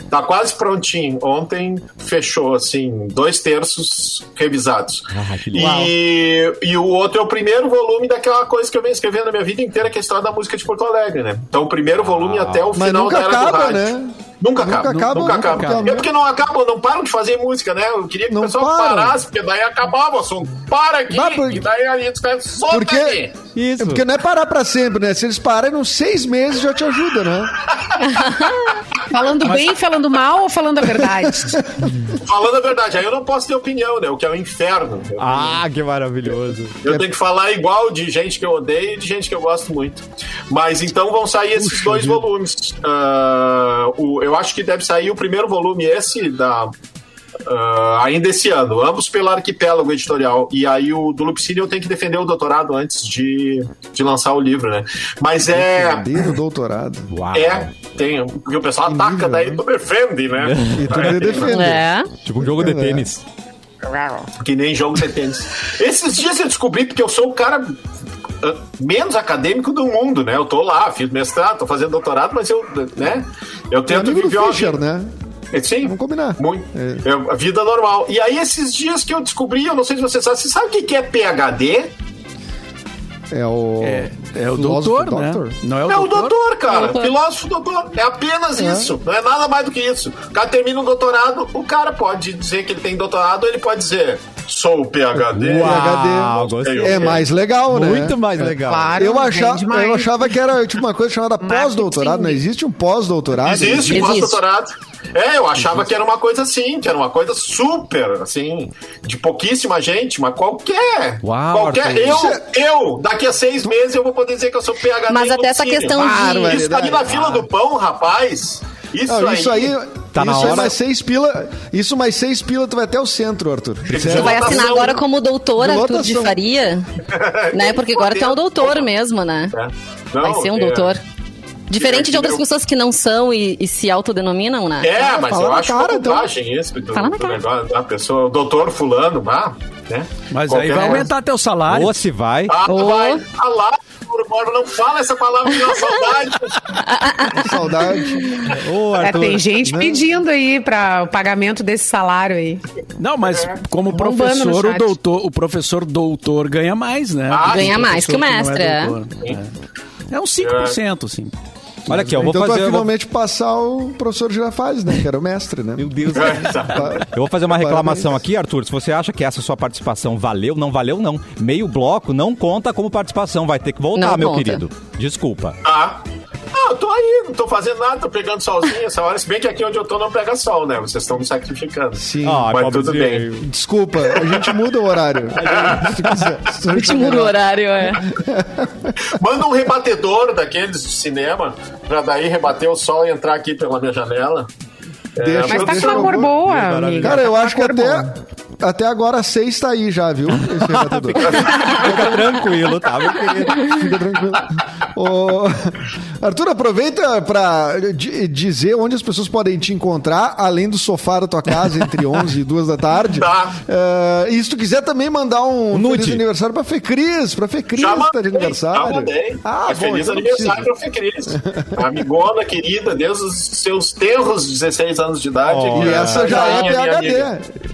Speaker 6: Tá quase prontinho. Ontem fechou, assim, dois terços revisados. e, e o outro é o primeiro volume daquela coisa que eu venho escrevendo a minha vida inteira, que é a história da música de Porto Alegre, né? Então, o primeiro volume até o
Speaker 5: Mas
Speaker 6: final
Speaker 5: nunca
Speaker 6: da era
Speaker 5: acaba,
Speaker 6: do rádio.
Speaker 5: né?
Speaker 6: Nunca,
Speaker 5: Nunca
Speaker 6: acaba,
Speaker 5: acaba,
Speaker 6: nunca
Speaker 5: nunca
Speaker 6: acaba.
Speaker 5: acaba.
Speaker 6: É porque não acabam, não param de fazer música, né? Eu queria que
Speaker 5: Não
Speaker 6: o pessoal
Speaker 5: param.
Speaker 6: parasse, porque daí acabava o assunto. Para aqui,
Speaker 5: Bah, por-
Speaker 6: e daí a gente escreve, solta
Speaker 5: Porque...
Speaker 6: aqui.
Speaker 1: Isso.
Speaker 5: É porque não é parar pra sempre, né? Se eles pararem uns seis meses, já te ajuda, né?
Speaker 4: Falando bem, falando mal ou falando a verdade?
Speaker 6: Falando a verdade, aí eu não posso ter opinião, né? O que é o inferno. Eu
Speaker 1: Ah, que maravilhoso.
Speaker 5: É
Speaker 6: Eu tenho que falar igual de gente que eu odeio e de gente que eu gosto muito. Mas então vão sair esses dois volumes. Ah, o- eu acho que deve sair o primeiro volume, esse da. ah, ainda esse ano, ambos pela Arquipélago Editorial. E aí o do Lupicínio eu tenho que defender o doutorado antes de, de lançar o livro, né? Mas é.
Speaker 5: Perder o doutorado.
Speaker 1: Uau.
Speaker 6: É, tem. Porque o pessoal ataca,
Speaker 5: nível,
Speaker 6: daí
Speaker 5: né?
Speaker 6: tu defende, né?
Speaker 5: E tu
Speaker 6: É,
Speaker 5: me defende.
Speaker 2: É.
Speaker 1: Tipo um jogo de tênis.
Speaker 4: É,
Speaker 6: Que nem jogo de tênis. Esses dias eu descobri porque eu sou o cara ah, menos acadêmico do mundo, né? Eu tô lá, fiz mestrado, tô fazendo doutorado, mas eu, né? Eu
Speaker 5: É
Speaker 6: tento
Speaker 5: amigo do
Speaker 6: viver uma
Speaker 5: Fischer,
Speaker 6: vida-
Speaker 5: né?
Speaker 6: É, Sim.
Speaker 5: Vamos combinar.
Speaker 6: Muito.
Speaker 5: É.
Speaker 6: É, a vida normal. E aí esses dias que eu descobri, eu não sei se você sabe, você sabe o que que é PhD?
Speaker 5: É o.
Speaker 3: É, é o
Speaker 5: filósofo
Speaker 3: doutor, né? Não é o
Speaker 6: É o
Speaker 3: doutor?
Speaker 6: doutor, cara. Filósofo doutor. É apenas isso. Não é nada mais do que isso. O cara termina um doutorado, o cara pode dizer que ele tem doutorado, ou ele pode dizer, sou o PhD.
Speaker 1: Uau,
Speaker 5: PhD.
Speaker 1: É. Ah, gostei.
Speaker 5: É mais legal, né?
Speaker 1: Muito mais legal.
Speaker 4: Claro,
Speaker 5: Eu achava,
Speaker 4: vende mais.
Speaker 5: eu achava que era tipo uma coisa chamada
Speaker 4: Marketing.
Speaker 5: pós-doutorado. Não existe um
Speaker 1: Ah,
Speaker 5: pós-doutorado?
Speaker 6: Existe,
Speaker 2: Existe.
Speaker 6: pós-doutorado. É, eu achava que era uma coisa assim, que era uma coisa super, assim, de pouquíssima gente, mas qualquer.
Speaker 1: Uau,
Speaker 6: qualquer.
Speaker 1: Arthur.
Speaker 6: Eu,
Speaker 5: é-
Speaker 6: eu, daqui a seis meses eu vou poder dizer que eu sou PHD.
Speaker 2: Mas
Speaker 6: em
Speaker 2: até essa
Speaker 6: Lucília.
Speaker 2: questão de-
Speaker 5: Barbaridade.
Speaker 6: Isso aí na fila do pão, rapaz. Isso,
Speaker 5: né? Não,
Speaker 6: aí.
Speaker 5: isso aí.
Speaker 1: Tá na
Speaker 5: isso
Speaker 1: hora.
Speaker 5: é mais seis pila. Isso mais seis pila, tu vai até o centro, Arthur.
Speaker 2: Tu vai
Speaker 6: Lotação.
Speaker 2: assinar agora como doutor Arthur de
Speaker 5: Lotação.
Speaker 2: Faria? né? Porque agora tu é um doutor mesmo, né?
Speaker 6: É. Não,
Speaker 2: Vai ser um
Speaker 6: é-
Speaker 2: doutor. Diferente de outras
Speaker 6: Eu-
Speaker 2: pessoas que não são e, e se autodenominam, né?
Speaker 6: É, mas
Speaker 5: fala
Speaker 6: eu
Speaker 5: na
Speaker 6: acho
Speaker 5: cara,
Speaker 6: uma
Speaker 5: então.
Speaker 6: bobagem isso do,
Speaker 2: Fala na
Speaker 6: do
Speaker 2: cara.
Speaker 6: negócio da pessoa, o doutor fulano, vá, né?
Speaker 3: Mas aí
Speaker 6: Qualquer
Speaker 3: vai
Speaker 6: coisa.
Speaker 3: aumentar teu salário.
Speaker 1: Ou se vai.
Speaker 6: Ah,
Speaker 2: Ô.
Speaker 6: vai falar, não fala essa palavra que dá saudade.
Speaker 5: Saudade.
Speaker 1: Ô,
Speaker 4: É,
Speaker 1: Arthur. né?
Speaker 4: tem gente pedindo aí para o pagamento desse salário aí.
Speaker 3: Não, mas como
Speaker 4: Bombando
Speaker 3: professor,
Speaker 4: no
Speaker 3: o
Speaker 4: chat.
Speaker 3: doutor, o professor doutor ganha mais, né?
Speaker 6: Ah,
Speaker 2: Ganha
Speaker 3: O
Speaker 2: mais que o
Speaker 3: professor
Speaker 2: mestre, é.
Speaker 3: doutor, é. É uns 5%, assim.
Speaker 1: Olha aqui, eu vou
Speaker 5: Então tu vai
Speaker 1: fazer. eu vou-
Speaker 5: finalmente passar o professor Girafales, né? Que era o mestre, né?
Speaker 1: Meu Deus.
Speaker 6: Tá.
Speaker 1: Eu vou fazer uma reclamação aqui, Arthur. Se você acha que essa sua participação valeu, não valeu, não. Meio bloco não conta como participação. Vai ter que voltar,
Speaker 2: Não
Speaker 1: meu
Speaker 2: conta.
Speaker 1: querido. Desculpa.
Speaker 6: Tá. Ah, eu tô aí, não tô fazendo nada, tô pegando solzinho essa hora. Se bem que aqui onde eu tô não pega sol, né? Vocês estão me sacrificando.
Speaker 5: Sim.
Speaker 1: Ah,
Speaker 6: mas tudo
Speaker 1: pobrezinho.
Speaker 5: Desculpa, a gente muda o horário. Se tu quiser. Se tu
Speaker 2: Último do horário, é.
Speaker 6: Manda um rebatedor daqueles de cinema, pra daí rebater o sol e entrar aqui pela minha janela.
Speaker 5: Deixa,
Speaker 6: mas
Speaker 4: Mas tá
Speaker 5: deixa
Speaker 4: com uma
Speaker 5: eu-
Speaker 4: cor boa, amiga.
Speaker 5: Cara, eu
Speaker 4: Tá com
Speaker 5: acho que
Speaker 4: uma cor boa.
Speaker 5: até, até agora seis tá aí já, viu? Esse rebatedor.
Speaker 1: Fica tranquilo, tá, meu querido?
Speaker 5: Fica tranquilo. Ô, Arthur, aproveita para dizer onde as pessoas podem te encontrar, além do sofá da tua casa, entre 11 e 2 da tarde.
Speaker 6: Tá.
Speaker 5: Eh, e se tu quiser também mandar um
Speaker 1: Nude.
Speaker 5: feliz aniversário pra Fecris, pra Fecris tá
Speaker 6: Já
Speaker 5: de
Speaker 6: mandei,
Speaker 5: aniversário.
Speaker 6: Já mandei.
Speaker 5: Ah,
Speaker 6: Mas
Speaker 5: bom,
Speaker 6: feliz
Speaker 5: então não
Speaker 6: aniversário
Speaker 5: precisa.
Speaker 6: pra Fecris. Amigona querida, desde os seus terros 16 anos de idade.
Speaker 1: Oh,
Speaker 5: E
Speaker 6: minha-
Speaker 5: essa já é
Speaker 6: minha amiga.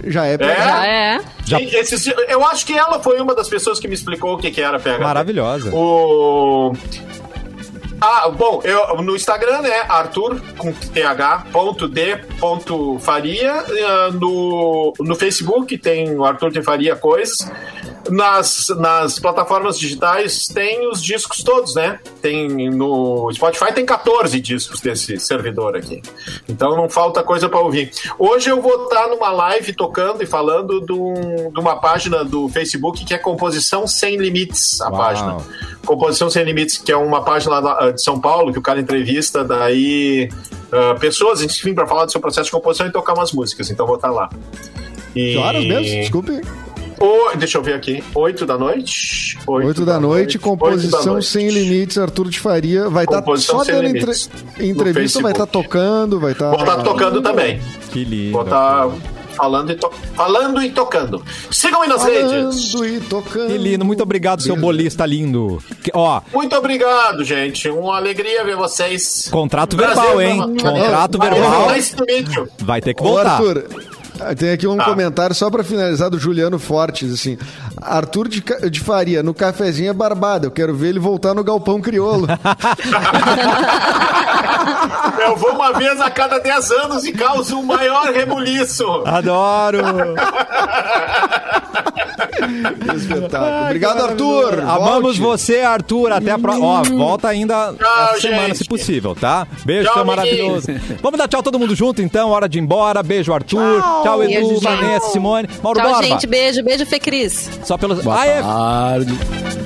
Speaker 5: PHD. Já é PHD.
Speaker 2: Ah, é?
Speaker 1: Já-
Speaker 6: E esses dias- eu acho que ela foi uma das pessoas que me explicou o que, que era PHD.
Speaker 1: Maravilhosa.
Speaker 6: O... Ah, bom, eu, no Instagram é Arthur com th ponto D, ponto Faria. eh, No, no Facebook tem o Arthur de Faria Coisas. Nas, nas plataformas digitais tem os discos todos, né? Tem no Spotify tem 14 discos desse servidor aqui. Então não falta coisa para ouvir. Hoje eu vou estar numa live tocando e falando de, um- de uma página do Facebook que é Composição Sem Limites, a
Speaker 1: Uau.
Speaker 6: página. Composição Sem Limites, que é uma página lá, ah, de São Paulo, que o cara entrevista daí ah, pessoas, enfim, para falar do seu processo de composição e tocar umas músicas. Então vou estar lá. E...
Speaker 5: Que horas mesmo? Desculpe.
Speaker 6: O- Deixa eu ver aqui. Oito da noite?
Speaker 5: 8 da noite, composição
Speaker 6: Oito da noite.
Speaker 5: sem limites, Arthur de Faria. Vai estar
Speaker 6: Composição
Speaker 5: só
Speaker 6: sem
Speaker 5: dando entre...
Speaker 6: limites. No
Speaker 5: entrevista,
Speaker 6: Facebook.
Speaker 5: vai estar tocando, vai tá estar.
Speaker 6: Vou estar tocando também.
Speaker 1: Que lindo.
Speaker 6: Vou estar falando, e to- falando e tocando. Sigam-me nas redes.
Speaker 5: Falando e tocando.
Speaker 1: Que lindo. Muito obrigado, seu bolista lindo. Que- ó,
Speaker 6: Muito obrigado, gente. Uma alegria ver vocês. é
Speaker 1: contrato
Speaker 6: Prazer,
Speaker 1: verbal, hein?
Speaker 6: mano.
Speaker 1: Contrato
Speaker 6: Valeu,
Speaker 1: verbal.
Speaker 6: nice to meet you.
Speaker 1: Vai ter que
Speaker 5: Ô,
Speaker 1: voltar.
Speaker 5: Arthur, tem aqui um
Speaker 6: Tá.
Speaker 5: comentário só pra finalizar do Juliano Fortes, assim. Arthur de, Ca- de Faria, no cafezinho é barbado. Eu quero ver ele voltar no galpão crioulo.
Speaker 6: Eu vou uma vez a cada 10 anos e causo o maior rebuliço.
Speaker 1: Adoro.
Speaker 5: Espetáculo. Obrigado, Arthur.
Speaker 1: Amamos
Speaker 5: Volte.
Speaker 1: você, Arthur. Até a próxima. Ó, volta ainda
Speaker 6: Tchau,
Speaker 1: essa semana,
Speaker 6: gente.
Speaker 1: se possível, tá? Beijo,
Speaker 6: Tchau,
Speaker 1: seu maravilhoso. Vamos dar tchau todo mundo junto, então. Hora de ir embora. Beijo, Arthur. Tchau, Edu,
Speaker 2: Beijo, gente.
Speaker 1: Vanessa, Simone. Mauro
Speaker 2: Tchau,
Speaker 1: Borba.
Speaker 2: gente. Beijo, beijo, Fê Cris.
Speaker 1: Só pelos...
Speaker 3: Boa
Speaker 1: Ah, é.
Speaker 3: tarde.